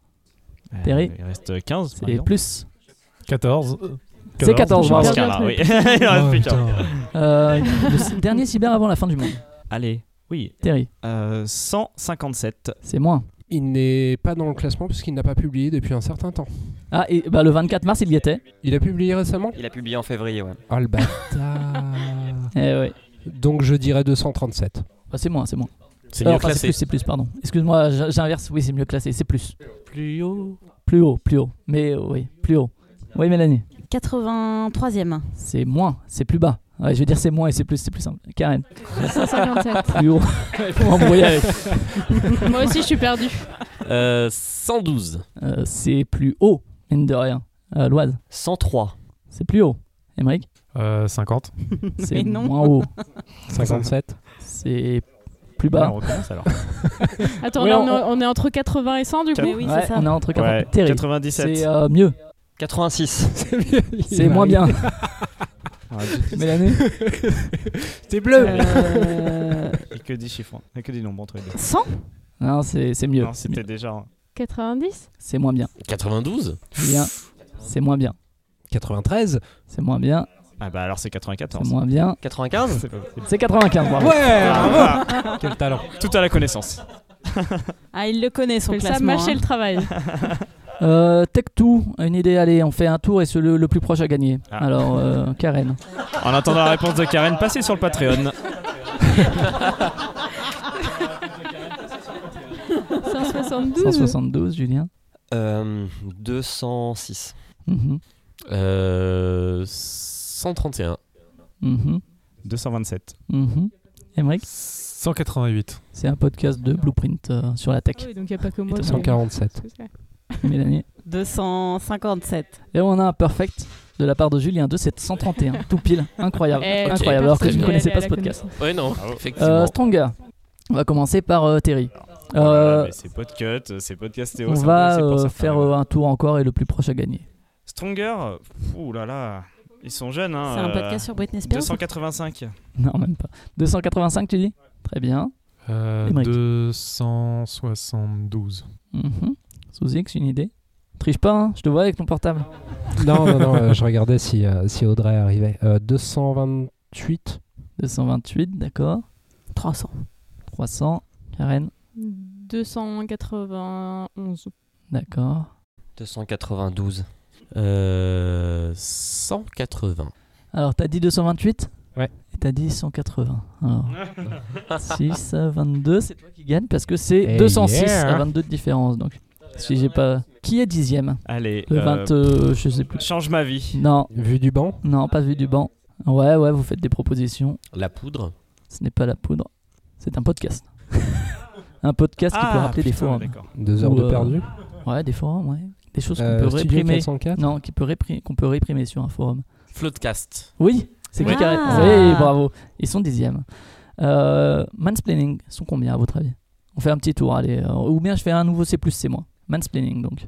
Speaker 6: Euh,
Speaker 1: Terry.
Speaker 6: Il reste 15. par
Speaker 1: C'est
Speaker 6: exemple.
Speaker 1: plus.
Speaker 7: 14.
Speaker 1: C'est 14,
Speaker 7: je
Speaker 1: bravo.
Speaker 7: pense.
Speaker 6: Parce qu'il y en a, oui. Il en reste
Speaker 7: Oh,
Speaker 6: plus qu'un.
Speaker 7: putain.
Speaker 1: Euh, le dernier cyber avant la fin du monde.
Speaker 6: Allez, oui.
Speaker 1: Terry,
Speaker 6: Euh, 157.
Speaker 1: c'est moins.
Speaker 2: Il n'est pas dans le classement puisqu'il n'a pas publié depuis un certain temps.
Speaker 1: Ah, et bah, le 24 mars, il y était.
Speaker 2: Il a publié récemment
Speaker 3: Il a publié en février, ouais.
Speaker 2: Ah le bâtard.
Speaker 1: Eh ouais.
Speaker 2: Donc je dirais 237.
Speaker 1: Bah, c'est moins, c'est moins.
Speaker 5: C'est
Speaker 1: Euh,
Speaker 5: mieux
Speaker 1: enfin,
Speaker 5: classé.
Speaker 1: plus, c'est plus, pardon. Excuse-moi, j'- j'inverse. Oui, c'est mieux classé, c'est plus. Plus haut. Plus haut, plus haut. Mais euh, oui, plus haut. Oui, Mélanie.
Speaker 8: 83e.
Speaker 1: C'est moins, c'est plus bas. Ouais, je veux dire c'est moins et c'est plus, c'est plus simple. Karen,
Speaker 4: 157.
Speaker 1: plus haut. Il faut m'embrouiller avec.
Speaker 4: Moi aussi, je suis perdue.
Speaker 5: Euh, 112.
Speaker 1: Euh, c'est plus haut, mine de rien. Euh, Loise,
Speaker 3: 103.
Speaker 1: c'est plus haut. Émeric,
Speaker 7: Euh, 50.
Speaker 1: c'est
Speaker 8: Mais non.
Speaker 1: moins haut.
Speaker 2: 57.
Speaker 1: C'est plus
Speaker 6: Bah,
Speaker 1: bas.
Speaker 6: on recommence alors.
Speaker 4: Attends,
Speaker 1: Oui,
Speaker 4: là,
Speaker 1: on-
Speaker 4: on, est- on est entre 80 et 100 du coup.
Speaker 8: Mais oui,
Speaker 1: Ouais,
Speaker 8: c'est ça.
Speaker 1: on est entre 40.
Speaker 6: Ouais,
Speaker 1: Terry,
Speaker 6: 97.
Speaker 1: c'est euh, mieux.
Speaker 3: 86.
Speaker 1: C'est moins bien.
Speaker 6: Ah,
Speaker 1: Mélanie,
Speaker 2: C'est bleu.
Speaker 8: Euh,
Speaker 6: Et que des chiffres. hein. Et que des nombres entre les deux.
Speaker 8: 100
Speaker 1: non, c'est c'est mieux.
Speaker 6: Non, c'était déjà. hein.
Speaker 4: 90
Speaker 1: C'est moins bien.
Speaker 5: 92
Speaker 1: Bien. C'est moins bien.
Speaker 2: 93.
Speaker 1: C'est moins bien.
Speaker 6: Ah bah alors c'est
Speaker 1: C'est
Speaker 6: 94.
Speaker 1: moins bien.
Speaker 3: 95
Speaker 6: C'est pas possible.
Speaker 1: C'est 95. bravo.
Speaker 2: Ouais.
Speaker 6: Ah,
Speaker 2: Quel talent.
Speaker 6: tout à la connaissance.
Speaker 8: Ah, il le connaît son
Speaker 4: Appelle Ça
Speaker 8: classement.
Speaker 4: mâcher
Speaker 8: hein.
Speaker 4: le travail.
Speaker 1: Euh, Tech2, une idée. Allez, on fait un tour et c'est le, le plus proche à gagner.
Speaker 6: Ah.
Speaker 1: Alors, euh, Karen.
Speaker 6: En attendant la réponse de Karen, passez sur le Patreon.
Speaker 4: Soixante-douze.
Speaker 1: 172, Julien.
Speaker 3: Euh, 206.
Speaker 1: Mhm,
Speaker 5: euh, 131.
Speaker 1: mhm,
Speaker 6: 227.
Speaker 1: mhm. Émeric,
Speaker 7: 188.
Speaker 1: c'est un podcast de Blueprint euh, sur la tech.
Speaker 4: Ah oui, donc il n'y a pas que moi.
Speaker 1: Et
Speaker 4: qui-
Speaker 2: 147.
Speaker 1: Mélanie.
Speaker 8: 257.
Speaker 1: Et on a un perfect de la part de Julien de 731. Tout pile. Incroyable.
Speaker 4: Eh,
Speaker 5: Ok.
Speaker 1: Incroyable. Alors que je
Speaker 4: personne
Speaker 1: ne
Speaker 4: n'est
Speaker 1: connaissais
Speaker 4: allé
Speaker 1: pas
Speaker 4: à
Speaker 1: ce
Speaker 4: la
Speaker 1: podcast.
Speaker 5: Ouais, non,
Speaker 6: Bravo.
Speaker 5: effectivement.
Speaker 1: Euh, Stronger. On va commencer par euh, Terry.
Speaker 6: Oh là là,
Speaker 1: Euh,
Speaker 6: mais c'est podcut, c'est podcastéo.
Speaker 1: on
Speaker 6: c'est
Speaker 1: va
Speaker 6: un peu- c'est pour
Speaker 1: euh,
Speaker 6: certains,
Speaker 1: faire
Speaker 6: mais bon.
Speaker 1: euh, un tour encore et le plus proche à gagner.
Speaker 6: Stronger, ouh là là, ils sont jeunes. Hein,
Speaker 8: C'est un
Speaker 6: euh,
Speaker 8: podcast sur Britney Spears
Speaker 6: 285.
Speaker 1: Non, même pas. 285, tu dis Très bien.
Speaker 7: Euh,
Speaker 1: Émeric.
Speaker 7: 272.
Speaker 1: Mhm. Sous X, une idée Triche pas, hein je te vois avec ton portable.
Speaker 2: Non, non, non, euh, je regardais si, euh, si Audrey arrivait. Euh, 228.
Speaker 1: 228, d'accord.
Speaker 8: 300.
Speaker 1: 300, Karen,
Speaker 4: 291.
Speaker 1: d'accord.
Speaker 3: 292.
Speaker 5: Euh, 180.
Speaker 1: Alors, t'as dit 228
Speaker 2: Ouais.
Speaker 1: Et t'as dit 180. Alors, 6 à 22, c'est toi qui gagne parce que c'est
Speaker 2: Eh
Speaker 1: 206
Speaker 2: yeah.
Speaker 1: à 22 de différence. Donc, si j'ai pas. Qui est dixième
Speaker 6: Allez,
Speaker 1: Le
Speaker 6: euh,
Speaker 1: 20, euh, je sais plus.
Speaker 6: change ma vie.
Speaker 1: Non,
Speaker 2: Vu du banc,
Speaker 1: non, pas vu du banc. Ouais, ouais, vous faites des propositions.
Speaker 5: La poudre
Speaker 1: Ce n'est pas la poudre, c'est un podcast. un podcast
Speaker 2: Ah,
Speaker 1: qui peut rappeler des
Speaker 6: Ah,
Speaker 1: hein.
Speaker 6: putain,
Speaker 1: forums.
Speaker 6: d'accord.
Speaker 2: deux heures
Speaker 1: Ou,
Speaker 2: de
Speaker 1: euh,
Speaker 2: perdu.
Speaker 1: Ouais, des forums, ouais. Des choses
Speaker 2: Euh,
Speaker 1: qu'on peut
Speaker 2: Studio
Speaker 1: réprimer.
Speaker 2: 404.
Speaker 1: Non, qui peut répri- qu'on peut réprimer sur un forum.
Speaker 5: Floodcast.
Speaker 1: Oui, c'est
Speaker 8: Oui.
Speaker 1: qui Karen
Speaker 8: Ah.
Speaker 1: Oui, bravo. Ils sont dixièmes. Euh, mansplaining sont combien à votre avis On fait un petit tour, allez. euh, ou bien je fais un nouveau C+, c'est moi. Mansplaining donc.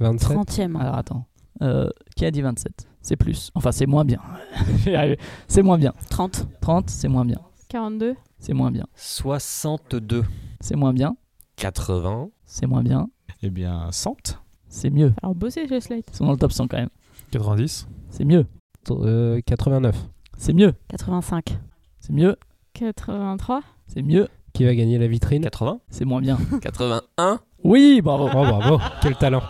Speaker 2: 27.
Speaker 8: 30e.
Speaker 1: Alors attends. Euh, qui a dit 27 C'est plus. Enfin, c'est moins bien. J'y arrive. c'est moins bien.
Speaker 8: 30.
Speaker 1: 30, c'est moins bien.
Speaker 4: 42.
Speaker 1: C'est moins bien.
Speaker 3: 62.
Speaker 1: C'est moins bien.
Speaker 5: 80,
Speaker 1: C'est moins bien.
Speaker 6: Eh bien, 100.
Speaker 1: C'est mieux.
Speaker 4: Alors bossez, chez Slate.
Speaker 1: Ils sont dans le top 100 quand même.
Speaker 7: 90.
Speaker 1: C'est mieux.
Speaker 2: Euh, 89.
Speaker 1: C'est mieux.
Speaker 8: 85.
Speaker 1: C'est mieux.
Speaker 4: 83.
Speaker 1: C'est mieux.
Speaker 2: Qui va gagner la vitrine
Speaker 3: 80.
Speaker 1: C'est moins bien.
Speaker 5: 81,
Speaker 1: Oui, bravo.
Speaker 2: Oh bravo, quel talent.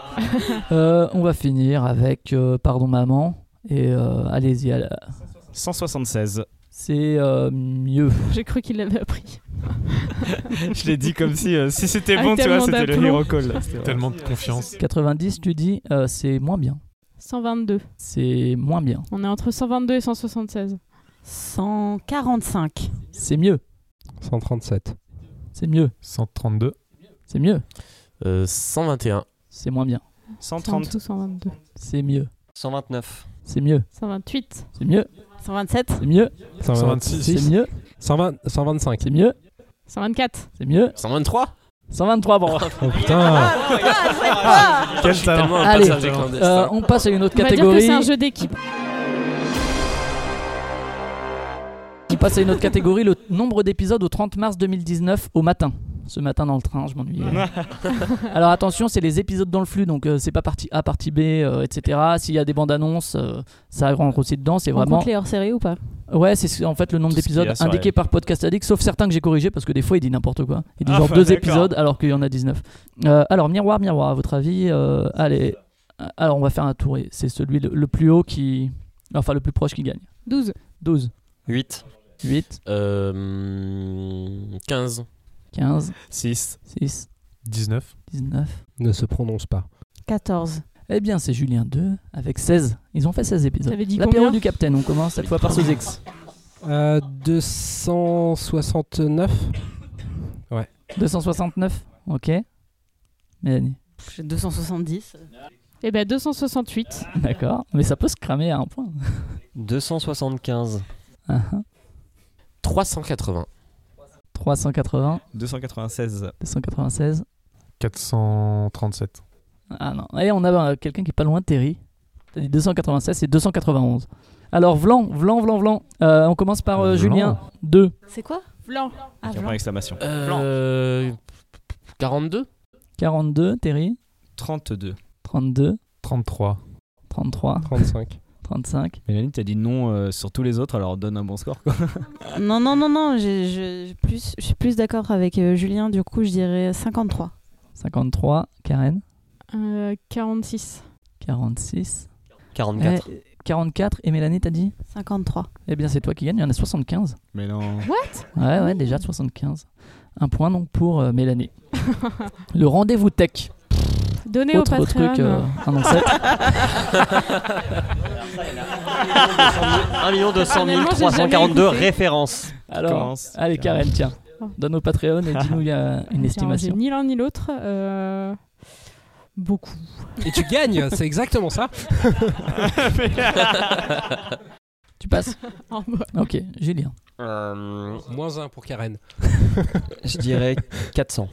Speaker 1: Euh, on va finir avec euh, Pardon Maman. Et euh, allez-y. à la-
Speaker 6: 176.
Speaker 1: C'est euh, mieux.
Speaker 4: J'ai cru qu'il l'avait appris.
Speaker 6: Je l'ai dit comme si, euh, si c'était
Speaker 4: Ah,
Speaker 6: bon, tu vois,
Speaker 4: tellement
Speaker 6: c'était le
Speaker 4: d'aplomb.
Speaker 6: hero call. C'était vrai.
Speaker 7: Tellement de confiance.
Speaker 1: 90, tu dis, euh, c'est moins bien.
Speaker 4: 122.
Speaker 1: C'est moins bien.
Speaker 4: On est entre 122 et 176.
Speaker 8: 145.
Speaker 1: C'est mieux.
Speaker 2: 137.
Speaker 1: C'est mieux.
Speaker 7: 132.
Speaker 1: C'est mieux.
Speaker 5: euh, 121,
Speaker 1: C'est moins bien.
Speaker 6: 130.
Speaker 4: tout 122.
Speaker 1: C'est mieux.
Speaker 3: 129.
Speaker 1: C'est mieux.
Speaker 4: 128.
Speaker 1: C'est mieux.
Speaker 8: 127.
Speaker 1: C'est mieux.
Speaker 7: 126.
Speaker 1: C'est mieux.
Speaker 2: 120, 125.
Speaker 1: C'est mieux.
Speaker 4: 124.
Speaker 1: C'est mieux.
Speaker 5: 123.
Speaker 1: 123, bravo.
Speaker 2: Oh
Speaker 8: Ah.
Speaker 2: putain
Speaker 7: Quel talent.
Speaker 5: Ah, Tellement un
Speaker 1: Allez,
Speaker 5: passage des clandestins.
Speaker 1: Euh, on passe à une autre
Speaker 4: On va dire que
Speaker 1: catégorie.
Speaker 4: c'est un jeu d'équipe.
Speaker 1: On passe à une autre catégorie, le nombre d'épisodes au 30 mars 2019 au matin. Ce matin dans le train, je
Speaker 6: Ah,
Speaker 1: m'ennuyais. Alors attention, c'est les épisodes dans le flux, donc euh, c'est pas partie A, partie B, euh, etc. S'il y a des bandes annonces, euh, ça rentre aussi dedans. C'est
Speaker 8: On
Speaker 1: vraiment.
Speaker 8: compte les hors-série ou pas
Speaker 1: Ouais, c'est en fait le nombre
Speaker 6: Tout ce qu'il y a
Speaker 1: d'épisodes
Speaker 6: sur la-
Speaker 1: indiqué par Podcast Addict, sauf certains que j'ai corrigés parce que des fois il dit n'importe quoi. Il dit
Speaker 6: Ah,
Speaker 1: genre
Speaker 6: bah,
Speaker 1: deux
Speaker 6: d'accord.
Speaker 1: épisodes alors qu'il y en a 19. Euh, alors, miroir, miroir, à votre avis, euh, allez. Alors, on va faire un tour et c'est celui le, le plus haut qui. Enfin, le plus proche qui gagne.
Speaker 4: 12.
Speaker 1: 12,
Speaker 3: 8.
Speaker 1: 8,
Speaker 5: Euh, 15,
Speaker 1: 15,
Speaker 6: 6.
Speaker 1: 6,
Speaker 7: 19.
Speaker 1: 19.
Speaker 2: Ne se prononce pas.
Speaker 8: 14.
Speaker 1: Eh bien, c'est Julien 2 avec 16. Ils ont fait 16 épisodes.
Speaker 4: T'avais dit
Speaker 1: L'apéro
Speaker 4: combien
Speaker 1: du Capitaine, on commence cette fois par Sozix.
Speaker 2: Euh, 269.
Speaker 1: 269, ok. Mélanie.
Speaker 8: J'ai 270.
Speaker 4: Eh ben 268.
Speaker 1: D'accord, mais ça peut se cramer à un point.
Speaker 3: 275.
Speaker 1: Ah, ah.
Speaker 5: 380,
Speaker 1: 380,
Speaker 6: 296.
Speaker 1: 296.
Speaker 7: 437.
Speaker 1: Ah non. Et on a euh, quelqu'un qui est pas loin, Terry. T'as dit 296, c'est 291. Alors, Vlan, Vlan, Vlan, Vlan. Euh, on commence par euh,
Speaker 7: Vlan.
Speaker 1: Julien 2.
Speaker 8: C'est quoi
Speaker 4: Blanc.
Speaker 8: Ah,
Speaker 6: Avec un point d'exclamation.
Speaker 5: euh, 42,
Speaker 1: 42, Terry.
Speaker 6: 32.
Speaker 1: 32,
Speaker 7: 33.
Speaker 1: 33,
Speaker 2: 35.
Speaker 1: 35.
Speaker 6: Mélanie, t'as dit non euh, sur tous les autres, alors donne un bon score. Quoi.
Speaker 8: Non, non, non, non. j'ai- Je je- plus- je suis plus d'accord avec euh, Julien. Du coup, je dirais 53.
Speaker 1: 53, Karen.
Speaker 4: Euh, 46.
Speaker 1: 46.
Speaker 3: 44.
Speaker 1: Eh, 44. Et Mélanie, t'as dit
Speaker 8: 53.
Speaker 1: Eh bien, c'est toi qui gagne, il y en a 75.
Speaker 6: Mais non.
Speaker 1: Ouais, ouais, déjà 75. Un point donc pour euh, Mélanie. Le rendez-vous tech.
Speaker 4: Donnez au
Speaker 1: autre
Speaker 4: Patreon. Ah,
Speaker 1: truc, euh, un ancêtre.
Speaker 3: 1
Speaker 4: Personnellement,
Speaker 3: 200
Speaker 4: j'ai jamais
Speaker 3: 342
Speaker 4: écouté.
Speaker 3: références.
Speaker 1: Alors,
Speaker 6: Commence.
Speaker 1: allez, Karen, tiens. Donne au Patreon et dis-nous il y a une
Speaker 4: Tiens,
Speaker 1: estimation.
Speaker 4: j'ai Ni l'un ni l'autre. euh, Beaucoup.
Speaker 2: Et tu gagnes, c'est exactement ça.
Speaker 1: Tu passes
Speaker 4: En mode-
Speaker 1: Ok, Julien.
Speaker 3: Euh,
Speaker 2: Moins 1 pour Karen.
Speaker 3: je dirais 400.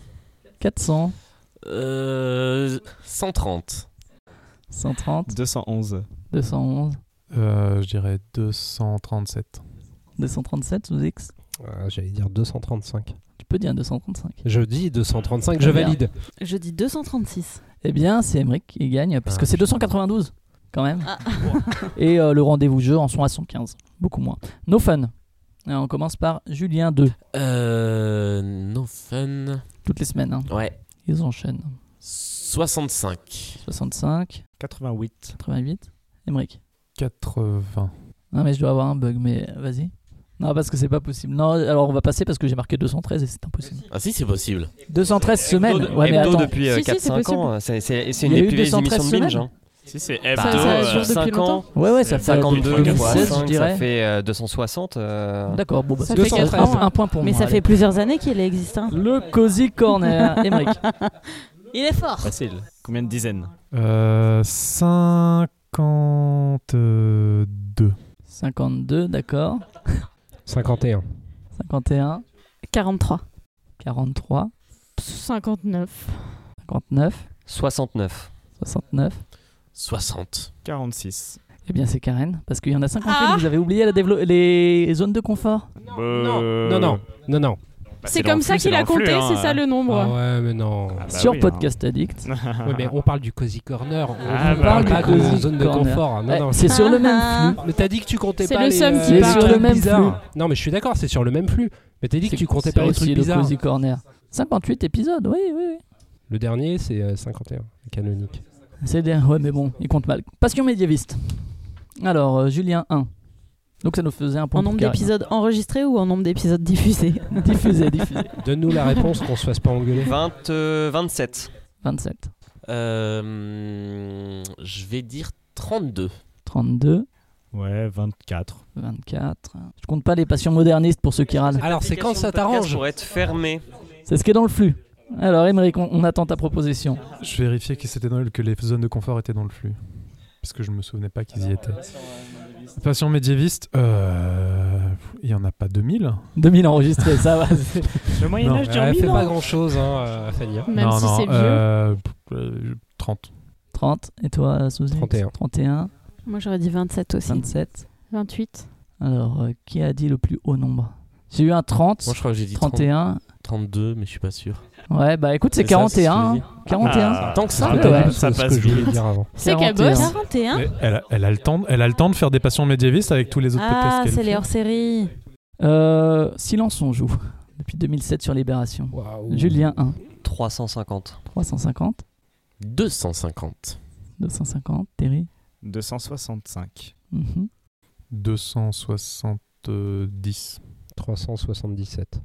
Speaker 1: 400,
Speaker 5: euh, 130,
Speaker 1: 130,
Speaker 6: 211.
Speaker 1: 211,
Speaker 7: Euh, je dirais 237.
Speaker 1: 237 sous X.
Speaker 2: Ah, J'allais dire 235.
Speaker 1: Tu peux dire 235.
Speaker 2: Je dis 235, je
Speaker 1: Très bien.
Speaker 2: valide.
Speaker 8: Je dis 236.
Speaker 1: Eh bien, c'est Emmerich qui gagne, puisque
Speaker 2: Ah,
Speaker 1: c'est 292 quand même.
Speaker 8: Ah.
Speaker 1: Et euh, le rendez-vous jeu en sont à 115, beaucoup moins. No fun. Alors, on commence par Julien 2,
Speaker 5: euh, no fun,
Speaker 1: toutes les semaines. hein.
Speaker 5: ouais,
Speaker 1: Ils enchaînent.
Speaker 5: 65,
Speaker 1: 65,
Speaker 6: 88.
Speaker 1: 88. Emmerich.
Speaker 7: 80.
Speaker 1: Non, mais je dois avoir un bug, mais euh, vas-y. Non, parce que c'est pas possible. Non, alors on va passer parce que j'ai marqué 213 et c'est impossible.
Speaker 5: ah si c'est possible,
Speaker 1: 213 semaines
Speaker 3: Bah, Hebdo-
Speaker 1: Ouais, mais
Speaker 3: Hebdo
Speaker 1: attends.
Speaker 3: depuis euh,
Speaker 4: Si, si, c'est
Speaker 3: 4-5
Speaker 4: possible.
Speaker 3: ans. C'est c'est- c'est
Speaker 1: Il y
Speaker 3: une
Speaker 1: a
Speaker 3: des
Speaker 1: eu
Speaker 3: plus vieilles
Speaker 1: 213
Speaker 3: émissions de binge.
Speaker 1: semaines.
Speaker 3: Hein.
Speaker 6: Si, c'est
Speaker 4: Ça- ça dure depuis
Speaker 3: 5 ans,
Speaker 4: longtemps.
Speaker 1: Ouais, ouais, ça fait
Speaker 3: 52
Speaker 1: 2016,
Speaker 3: fois 5,
Speaker 1: je dirais.
Speaker 3: ça fait euh, 260. euh,
Speaker 1: D'accord, bon, bah,
Speaker 4: Ça
Speaker 1: c'est
Speaker 4: fait
Speaker 1: 213.
Speaker 4: quatre ans,
Speaker 1: un,
Speaker 4: hein.
Speaker 1: un point pour
Speaker 8: Mais
Speaker 1: moi.
Speaker 8: ça fait
Speaker 1: allez.
Speaker 8: plusieurs années qu'il hein. est existant.
Speaker 1: Le Cozy Corner, Emmerich.
Speaker 8: Il est fort.
Speaker 6: Facile. Combien de dizaines
Speaker 7: Euh, 52.
Speaker 1: 52, d'accord.
Speaker 2: 51.
Speaker 1: 51,
Speaker 8: 43.
Speaker 1: 43,
Speaker 4: 59.
Speaker 1: 59,
Speaker 3: 69.
Speaker 1: 69.
Speaker 5: 60.
Speaker 6: 46.
Speaker 1: Eh bien, c'est Karen, parce qu'il y en a 58,
Speaker 4: Ah
Speaker 1: vous avez oublié la dévelop- les zones de confort.
Speaker 2: Non, non, non,
Speaker 1: Euh.
Speaker 2: non, non.
Speaker 6: Bah,
Speaker 4: c'est
Speaker 6: dans
Speaker 4: comme
Speaker 6: le
Speaker 4: ça
Speaker 6: flux,
Speaker 4: qu'il
Speaker 6: c'est
Speaker 4: a
Speaker 6: dans le
Speaker 4: compté,
Speaker 6: flux, hein.
Speaker 4: c'est ça le nombre.
Speaker 2: Ah ouais, mais non.
Speaker 6: Ah bah
Speaker 1: Sur
Speaker 6: oui, hein.
Speaker 1: Podcast Addict.
Speaker 2: Ouais, mais on parle du cozy corner. On
Speaker 6: Ah
Speaker 2: on
Speaker 6: bah
Speaker 2: parle
Speaker 6: oui.
Speaker 2: pas de
Speaker 1: Cozy
Speaker 2: zone de
Speaker 1: corner.
Speaker 2: confort. hein. Non,
Speaker 1: Ouais,
Speaker 2: non.
Speaker 1: c'est sur le même
Speaker 8: Ah,
Speaker 1: flux.
Speaker 8: ah.
Speaker 2: Mais t'as dit que tu comptais
Speaker 4: C'est
Speaker 2: pas
Speaker 4: le
Speaker 2: les,
Speaker 4: somme
Speaker 2: euh,
Speaker 4: qui
Speaker 2: les
Speaker 4: parle.
Speaker 2: trucs
Speaker 4: Sur le
Speaker 1: même
Speaker 2: bizarres. Non, mais je suis d'accord, c'est sur le même flux. Mais t'as dit que
Speaker 1: C'est-
Speaker 2: tu comptais
Speaker 1: c'est
Speaker 2: pas les
Speaker 1: aussi
Speaker 2: trucs
Speaker 1: le
Speaker 2: bizarres.
Speaker 1: Cozy Corner. 58 épisodes, oui, oui. oui.
Speaker 2: Le dernier, c'est euh, 51, le canonique.
Speaker 1: C'est des... Ouais, mais bon, il compte mal. Passion médiéviste. Alors, euh, Julien 1. Donc ça nous faisait un point
Speaker 8: En
Speaker 1: pour
Speaker 8: nombre
Speaker 1: Karen.
Speaker 8: d'épisodes enregistrés ou en nombre d'épisodes diffusés
Speaker 1: Diffusé, diffusé.
Speaker 2: Donne-nous la réponse qu'on se fasse pas engueuler.
Speaker 3: 20, euh, 27.
Speaker 1: 27,
Speaker 5: Euh, je vais dire 32.
Speaker 1: 32,
Speaker 6: Ouais, 24.
Speaker 1: 24. Je compte pas les patients modernistes pour ceux qui râlent.
Speaker 2: Alors, c'est quand ça t'arrange
Speaker 3: Pour être fermé.
Speaker 1: C'est ce qui est dans le flux. Alors, Émeric, on, on attend ta proposition.
Speaker 7: Je vérifiais que, c'était dans le- que les zones de confort étaient dans le flux. Parce que je me souvenais pas qu'ils y étaient. Passion médiéviste, euh, il y en a pas 2000
Speaker 1: 2000 enregistrés, ça va. c'est-
Speaker 6: Le
Speaker 1: Ah,
Speaker 6: Moyen-Âge
Speaker 2: Ouais, fait pas grand chose, hein, euh, Fanny.
Speaker 4: Même
Speaker 7: Non,
Speaker 4: si
Speaker 7: non,
Speaker 4: c'est vieux.
Speaker 7: euh, pff, euh, 30.
Speaker 1: 30, et toi, Suzy
Speaker 2: 31.
Speaker 1: 31,
Speaker 8: Moi j'aurais dit 27 aussi.
Speaker 1: 27.
Speaker 4: 28.
Speaker 1: Alors, euh, qui a dit le plus haut nombre J'ai eu un 30,
Speaker 5: Moi, je crois que j'ai dit 30
Speaker 1: 31.
Speaker 5: 32, mais je suis pas sûr.
Speaker 1: Ouais, bah écoute, c'est
Speaker 5: C'est ça, c'est ce que
Speaker 1: 41.
Speaker 5: j'ai dit.
Speaker 1: hein. 41.
Speaker 6: Ah.
Speaker 5: Tant que ça,
Speaker 1: Ah,
Speaker 2: Parce que
Speaker 1: ouais,
Speaker 2: t'as vu
Speaker 6: ça
Speaker 2: ce
Speaker 6: passe
Speaker 2: que je voulais
Speaker 6: vite.
Speaker 2: dire avant.
Speaker 4: C'est hein. qu'à
Speaker 1: 41.
Speaker 4: bosse.
Speaker 8: 41
Speaker 7: Mais Elle, a- elle a le temps, elle a le temps de faire des passions médiévistes avec tous les autres
Speaker 8: Ah,
Speaker 7: podcasts
Speaker 8: c'est
Speaker 7: qu'elle
Speaker 8: les
Speaker 7: fait.
Speaker 8: hors-séries.
Speaker 1: Euh, silence, on joue. Depuis 2007 sur Libération.
Speaker 2: Waouh.
Speaker 1: Julien 1,
Speaker 3: 350.
Speaker 1: 350,
Speaker 5: 250.
Speaker 1: 250, Terry.
Speaker 6: 265.
Speaker 1: Mhm.
Speaker 7: 270.
Speaker 2: 377.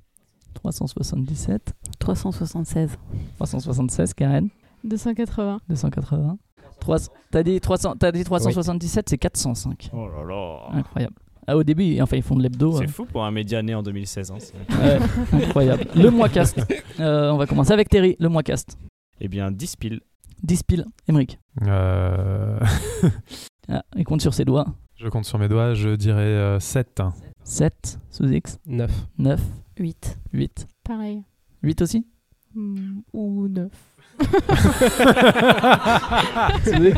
Speaker 1: 377,
Speaker 8: 376.
Speaker 1: 376, Karen,
Speaker 4: 280.
Speaker 1: 280. 300 T'as dit, 300, t'as dit 377, c'est 405.
Speaker 6: Oh là là.
Speaker 1: Incroyable. Ah, au début, enfin, ils font de l'hebdo. euh,
Speaker 6: C'est
Speaker 4: hein.
Speaker 6: fou pour un média né en 2016. hein, c'est-
Speaker 1: ouais, incroyable. Le mois cast. Euh, on va commencer avec Terry, le mois cast.
Speaker 6: Eh bien, 10 piles.
Speaker 1: 10 piles, Emmerich.
Speaker 7: Euh,
Speaker 1: Ah, il compte sur ses doigts.
Speaker 7: je compte sur mes doigts, je dirais euh, 7.
Speaker 1: 7, sous X,
Speaker 2: 9.
Speaker 1: 9,
Speaker 8: 8.
Speaker 1: 8.
Speaker 4: Pareil.
Speaker 1: 8 aussi
Speaker 4: Hmm, Ou 9.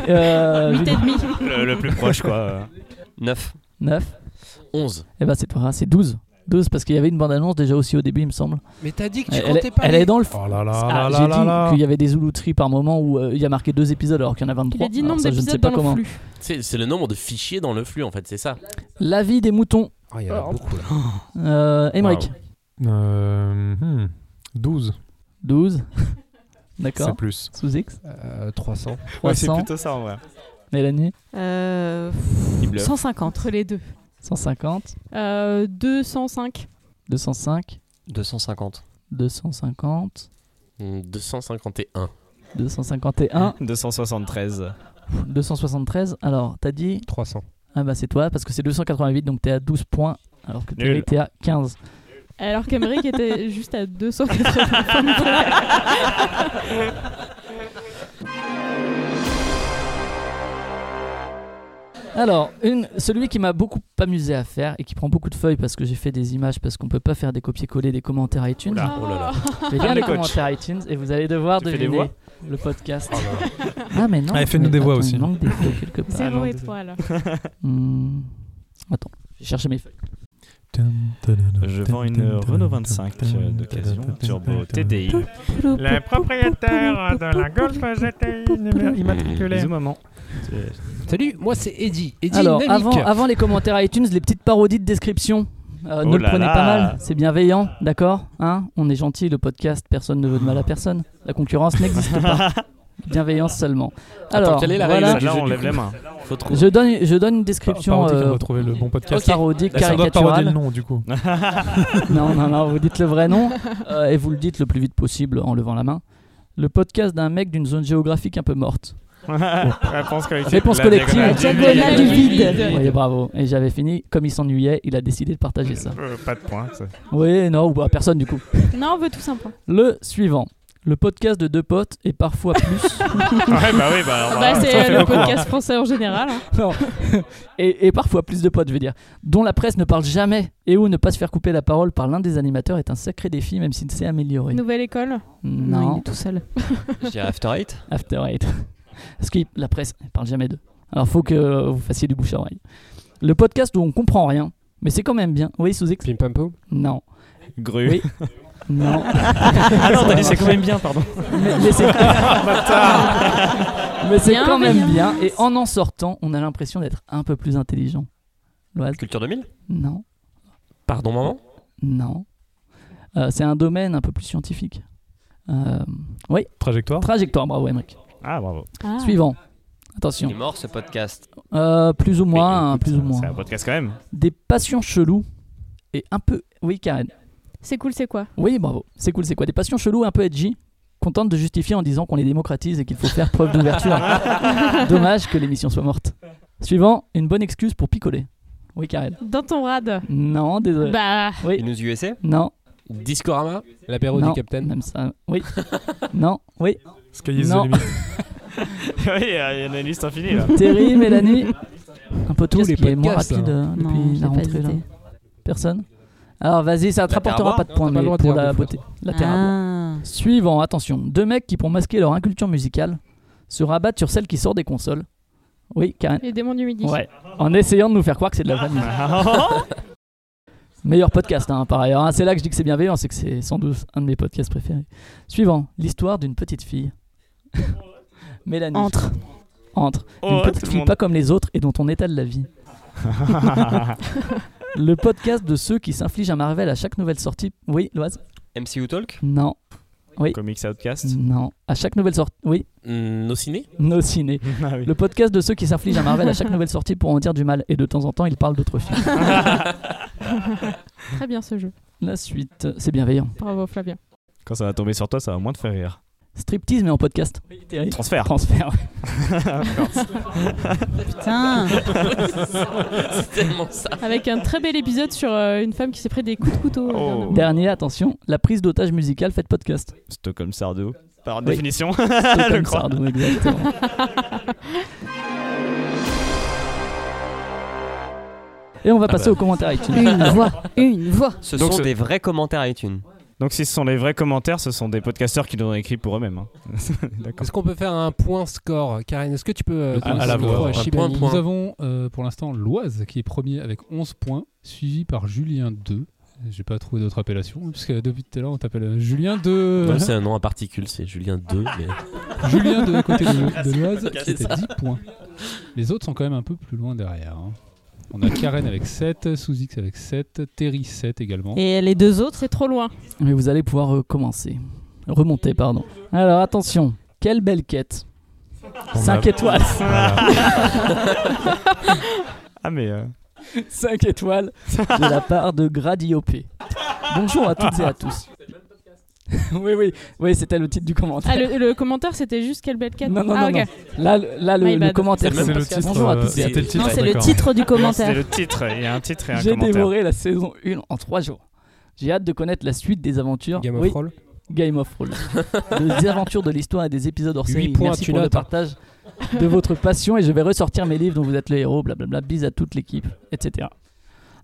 Speaker 1: euh,
Speaker 4: 8 et demi.
Speaker 6: Le, le plus proche, quoi.
Speaker 3: 9.
Speaker 1: 9.
Speaker 5: 11.
Speaker 1: Et bah, c'est pas grave, c'est 12. 12 parce qu'il y avait une bande-annonce déjà aussi au début, il me semble.
Speaker 2: Mais t'as dit que tu
Speaker 1: Elle,
Speaker 2: comptais
Speaker 1: est-
Speaker 2: pas
Speaker 1: elle
Speaker 2: les...
Speaker 1: est dans le. f-
Speaker 7: Oh là là
Speaker 1: Ah,
Speaker 7: là là
Speaker 1: J'ai
Speaker 7: là là.
Speaker 1: dit qu'il y avait des zoulouteries par moment où euh, il y a marqué deux épisodes alors qu'il y en a 23.
Speaker 4: Il a dit
Speaker 1: Alors
Speaker 4: nombre
Speaker 1: ça, je ne sais
Speaker 4: d'épisodes
Speaker 1: pas
Speaker 4: dans
Speaker 1: comment.
Speaker 4: le flux.
Speaker 5: C'est c'est le nombre de fichiers dans le flux, en fait, c'est ça.
Speaker 1: La vie des moutons.
Speaker 2: Oh, il y en a beaucoup, là.
Speaker 1: Euh, Emmerich,
Speaker 7: Euh, hmm, 12,
Speaker 1: 12.
Speaker 7: c'est
Speaker 1: D'accord.
Speaker 7: plus.
Speaker 1: Sous X,
Speaker 2: Euh, 300.
Speaker 6: Ouais, c'est
Speaker 1: 300.
Speaker 6: plutôt ça, en vrai.
Speaker 1: Mélanie,
Speaker 8: Euh,
Speaker 6: Il bluffe.
Speaker 8: 150.
Speaker 4: Entre les deux.
Speaker 1: 150,
Speaker 4: Euh, 205.
Speaker 1: 205,
Speaker 3: 250.
Speaker 1: 250,
Speaker 5: Hmm, 251.
Speaker 1: 251,
Speaker 6: 273.
Speaker 1: pff, 273. Alors, t'as dit
Speaker 2: 300.
Speaker 1: Ah bah c'est toi parce que c'est 288 donc t'es à 12 points alors que
Speaker 6: Nul.
Speaker 1: Terry t'es à 15.
Speaker 4: Alors qu'Amérique était juste à 280.
Speaker 1: Alors, une, celui qui m'a beaucoup amusé à faire et qui prend beaucoup de feuilles parce que j'ai fait des images parce qu'on peut pas faire des copier-coller des commentaires iTunes.
Speaker 6: Oula.
Speaker 5: Oh là là.
Speaker 1: Je vais lire
Speaker 6: Ah,
Speaker 1: les
Speaker 6: le coach.
Speaker 1: commentaires iTunes et vous allez devoir
Speaker 6: Tu fais des
Speaker 1: deviner
Speaker 6: voix bah.
Speaker 1: le podcast. ah mais non.
Speaker 7: Allez, fais-nous
Speaker 1: mais
Speaker 7: des voix
Speaker 1: attends,
Speaker 7: aussi.
Speaker 1: Il manque des voix quelque part.
Speaker 4: 0 et 3 alors.
Speaker 1: Hmm. Attends, j'ai cherché mes feuilles.
Speaker 6: Je vends une Renault 25 d'occasion turbo TDI.
Speaker 8: Le
Speaker 9: propriétaire de la Golf GTI numéro immatriculée
Speaker 6: Bisous, maman.
Speaker 2: Salut, moi c'est Eddy. Eddy
Speaker 1: Alors,
Speaker 2: Namic.
Speaker 1: avant, avant les commentaires iTunes, les petites parodies de description. Euh,
Speaker 6: Oh
Speaker 1: ne le
Speaker 6: là
Speaker 1: prenez
Speaker 6: là.
Speaker 1: pas mal, c'est bienveillant, d'accord hein On est gentil, le podcast, personne ne veut de mal à personne. La concurrence n'existe pas. Bienveillance seulement. Alors,
Speaker 5: quelle est la
Speaker 1: voilà,
Speaker 5: règle
Speaker 6: Là,
Speaker 5: du jeu,
Speaker 6: on
Speaker 5: du
Speaker 6: lève
Speaker 5: coup.
Speaker 6: la main.
Speaker 5: Faut trouver.
Speaker 1: je donne, je donne une
Speaker 7: Description.
Speaker 1: description
Speaker 7: on
Speaker 1: euh,
Speaker 7: va trouver le bon podcast.
Speaker 1: parodique,
Speaker 7: Là, ça doit parodier
Speaker 1: caricaturale.
Speaker 7: le nom du coup.
Speaker 1: Non, non, non, vous dites le vrai nom euh, et vous le dites le plus vite possible en levant la main. Le podcast d'un mec d'une zone géographique un peu morte.
Speaker 6: Réponse collective.
Speaker 1: Réponse
Speaker 6: La
Speaker 1: collective.
Speaker 6: diagonale
Speaker 4: La
Speaker 6: du
Speaker 4: diagonale
Speaker 6: vide.
Speaker 4: du vide.
Speaker 1: Oui, bravo. Et j'avais fini, comme il s'ennuyait, il a décidé de partager ça.
Speaker 6: Euh, Pas de point. ça.
Speaker 1: Oui, non, ou bah, personne du coup.
Speaker 4: hein. Non, on veut tous un point.
Speaker 1: Le suivant. Le podcast de deux potes et parfois plus.
Speaker 6: ouais, bah oui, bah.
Speaker 4: Bah, c'est le podcast français en général. hein.
Speaker 1: Non. et, et parfois plus de potes, je veux dire, dont la presse ne parle jamais et où ne pas se faire couper la parole par l'un des animateurs est un sacré défi, même s'il s'est amélioré.
Speaker 4: Nouvelle école.
Speaker 8: Non, il
Speaker 1: Non,
Speaker 8: est tout seul.
Speaker 3: Je dirais After Eight.
Speaker 1: After Eight. Parce que la presse ne parle jamais d'eux. Alors faut que euh, vous fassiez du bouche à oreille. Le podcast où on comprend rien, mais c'est quand même bien. Oui, sous ex
Speaker 2: Pim Pam Poum
Speaker 1: Non.
Speaker 6: Gru.
Speaker 1: Oui. Non.
Speaker 6: Ah non, t'as dit c'est quand même bien, pardon.
Speaker 1: mais, mais c'est Mais c'est
Speaker 4: Bien,
Speaker 1: quand même bien.
Speaker 4: bien.
Speaker 1: Et en en sortant, on a l'impression d'être un peu plus intelligent. Loise
Speaker 3: Culture 2000
Speaker 1: Non.
Speaker 5: Pardon, maman
Speaker 1: Non. Euh, c'est un domaine un peu plus scientifique. Euh, oui,
Speaker 7: Trajectoire
Speaker 1: trajectoire, bravo Emmerich.
Speaker 6: Ah, bravo.
Speaker 4: Ah.
Speaker 1: Suivant.
Speaker 3: Il est
Speaker 1: Attention.
Speaker 3: mort ce podcast.
Speaker 1: Euh, plus ou moins,
Speaker 6: Mais
Speaker 1: hein,
Speaker 6: écoute,
Speaker 1: plus ou moins.
Speaker 6: C'est un podcast quand même.
Speaker 1: Des passions cheloues et un peu. Oui, Karen.
Speaker 4: C'est cool, c'est quoi
Speaker 1: Oui, bravo. C'est cool, c'est quoi Des passions cheloues un peu edgy Contente de justifier en disant qu'on les démocratise et qu'il faut faire preuve d'ouverture. Dommage que l'émission soit morte. Suivant, une bonne excuse pour picoler. Oui, Karen.
Speaker 4: Dans ton rad.
Speaker 1: Non, désolé.
Speaker 4: Bah,
Speaker 1: Oui.
Speaker 3: Et nous USA
Speaker 1: Non.
Speaker 5: Discorama
Speaker 2: L'apéro
Speaker 1: non.
Speaker 2: du Capitaine
Speaker 1: Même ça. Oui. non. Oui.
Speaker 7: Sky is the
Speaker 1: Non.
Speaker 7: limit.
Speaker 6: oui, il y a il y en a une liste infinie là.
Speaker 1: Terry, Mélanie. Un peu tous
Speaker 2: Qu'est-ce
Speaker 1: les
Speaker 2: qu'il y a
Speaker 1: est
Speaker 2: de
Speaker 1: moins
Speaker 2: casse, hein
Speaker 1: rapide
Speaker 2: là
Speaker 1: euh, depuis
Speaker 8: Non, j'ai
Speaker 1: la
Speaker 8: pas
Speaker 1: rentrée là.
Speaker 8: hésité.
Speaker 1: Personne Alors vas-y, ça te
Speaker 3: La
Speaker 1: rapportera
Speaker 3: Terra
Speaker 1: pas de points,
Speaker 2: Non, t'as pas
Speaker 1: mais
Speaker 2: le droit de
Speaker 1: pour
Speaker 2: dire
Speaker 1: la
Speaker 2: de
Speaker 1: beauté. La Terra Bois.
Speaker 8: Ah.
Speaker 1: Suivant, attention. Deux mecs qui, pour masquer leur inculture musicale, se rabattent sur celle qui sort des consoles. Oui, Karen.
Speaker 4: les démons du midi.
Speaker 1: Ouais. En essayant de nous faire croire que c'est de la vanne.
Speaker 6: Ah,
Speaker 1: Meilleur podcast, hein, par ailleurs. hein. C'est là que je dis que c'est bienveillant, c'est que c'est sans doute un de mes podcasts préférés. Suivant, l'histoire d'une petite fille. Mélanie.
Speaker 8: Entre.
Speaker 1: Entre. Une
Speaker 6: Oh,
Speaker 1: petite
Speaker 6: tout le
Speaker 1: fille
Speaker 6: monde.
Speaker 1: pas comme les autres et dont on étale la vie. Le podcast de ceux qui s'infligent un Marvel à chaque nouvelle sortie. Oui, Loise
Speaker 3: MCU Talk
Speaker 1: Non,
Speaker 6: Comics Outcast.
Speaker 1: non. À chaque nouvelle sortie. Oui,
Speaker 5: Hmm, Nos ciné
Speaker 1: nos ciné.
Speaker 6: Ah oui.
Speaker 1: Mm. Le podcast de ceux qui s'infligent un Marvel à chaque nouvelle sortie pour en dire du mal. Et de temps en temps, ils parlent d'autres films.
Speaker 4: Très bien ce jeu.
Speaker 1: La suite, c'est bienveillant.
Speaker 4: Bravo Flavien.
Speaker 6: Quand ça va tomber sur toi, ça va moins te faire rire.
Speaker 1: Striptease, mais en podcast. Oui, Terry.
Speaker 6: Transfert.
Speaker 1: Transfert.
Speaker 8: Putain.
Speaker 5: C'est tellement ça.
Speaker 4: Avec un très bel épisode sur euh, une femme qui s'est pris des coups de couteau. euh,
Speaker 6: Oh.
Speaker 4: dernièrement.
Speaker 1: Dernier, attention, la prise d'otage musicale faite podcast.
Speaker 6: Stockholm Sardou. Par
Speaker 1: Oui.
Speaker 6: définition.
Speaker 1: C'est
Speaker 6: je
Speaker 1: comme
Speaker 6: crois.
Speaker 1: Sardou, exactement. Et on
Speaker 6: Ah
Speaker 1: va
Speaker 6: bah.
Speaker 1: passer aux commentaires iTunes.
Speaker 8: Une voix. Une voix.
Speaker 3: Ce
Speaker 6: Donc,
Speaker 3: sont
Speaker 6: ce-
Speaker 3: des vrais commentaires iTunes.
Speaker 6: Donc si ce sont les vrais commentaires, ce sont des podcasteurs qui nous ont écrit pour eux-mêmes. hein. D'accord.
Speaker 2: Est-ce qu'on peut faire un point score Karine, est-ce que tu peux. euh,
Speaker 7: point
Speaker 2: donner
Speaker 7: à la
Speaker 2: le
Speaker 7: voix,
Speaker 2: score à
Speaker 7: un
Speaker 2: Shibani
Speaker 5: point, point.
Speaker 10: Nous avons euh, pour l'instant Loise qui est premier avec 11 points, suivi par Julien 2. J'ai pas trouvé d'autre appellation, hein, parce que depuis tout à l'heure on t'appelle euh, Julien 2.
Speaker 5: Non, c'est un nom à particules, c'est Julien 2. Mais...
Speaker 10: Julien de côté de, de Loise
Speaker 5: C'est
Speaker 10: qui était
Speaker 5: ça.
Speaker 10: 10 points. Les autres sont quand même un peu plus loin derrière. hein. On a Karen avec 7, Souzix avec 7, Terry 7 également.
Speaker 8: Et les deux autres
Speaker 4: C'est trop loin.
Speaker 1: Mais vous allez pouvoir euh, commencer. Remonter, pardon. Alors attention, quelle belle quête.
Speaker 7: On
Speaker 1: 5
Speaker 7: a-
Speaker 1: étoiles.
Speaker 6: Ah mais euh,
Speaker 1: 5 étoiles de la part de Gradiopé. Bonjour à toutes et à tous. Oui, oui, oui, c'était le titre du commentaire.
Speaker 4: Ah, le, le commentaire c'était juste quelle belle quête.
Speaker 1: Non, non,
Speaker 4: ah,
Speaker 1: non,
Speaker 4: ok.
Speaker 1: Là, le, là, le-
Speaker 4: My
Speaker 1: le
Speaker 4: bad.
Speaker 1: commentaire,
Speaker 5: C'est le
Speaker 1: c'est
Speaker 5: même
Speaker 1: parce que-
Speaker 7: euh,
Speaker 5: podcast.
Speaker 1: Bonjour à tous et à
Speaker 5: C'était
Speaker 10: euh,
Speaker 1: tous.
Speaker 5: le titre,
Speaker 8: Non, c'est le
Speaker 7: d'accord.
Speaker 8: titre du
Speaker 6: c'est
Speaker 8: commentaire.
Speaker 6: le titre. Il y a un titre et un
Speaker 1: J'ai
Speaker 6: commentaire.
Speaker 1: dévoré la saison 1 en 3 jours. J'ai hâte de connaître la suite des aventures.
Speaker 2: Game of
Speaker 1: oui,
Speaker 2: Roll
Speaker 1: Game of Thrones. des aventures de l'histoire et des épisodes hors
Speaker 2: Huit
Speaker 1: série.
Speaker 2: points,
Speaker 1: Merci
Speaker 2: tu
Speaker 1: pour le
Speaker 2: notes, hein.
Speaker 1: partage de votre passion et je vais ressortir mes livres dont vous êtes le héros. Blablabla. Bise à toute l'équipe, etc.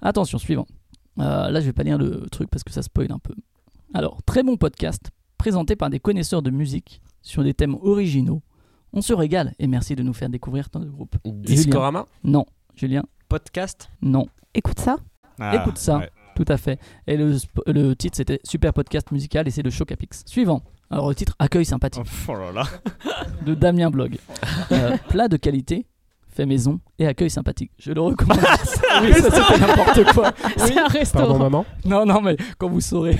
Speaker 1: Attention, suivant. Euh, là, je vais pas lire le truc parce que ça spoil un peu. Alors, très bon podcast présenté par des connaisseurs de musique sur des thèmes originaux. On se régale et merci de nous faire découvrir tant de groupes.
Speaker 5: Discorama
Speaker 1: Non, Julien,
Speaker 3: Podcast
Speaker 1: non.
Speaker 8: Écoute ça.
Speaker 6: Ah,
Speaker 1: Écoute ça.
Speaker 6: ouais.
Speaker 1: Tout à fait. Et le, sp- le titre, c'était Super Podcast Musical et c'est de Chocapix. Suivant. Alors, le titre Accueil sympathique
Speaker 6: Oh là là.
Speaker 1: de Damien Blog. Euh, plat de qualité, fait maison et accueil sympathique. Je le recommande. oui, Ah, ça, c'était n'importe quoi. Oui.
Speaker 4: C'est un
Speaker 2: Pardon
Speaker 4: restaurant.
Speaker 2: maman
Speaker 1: Non, non, mais quand vous saurez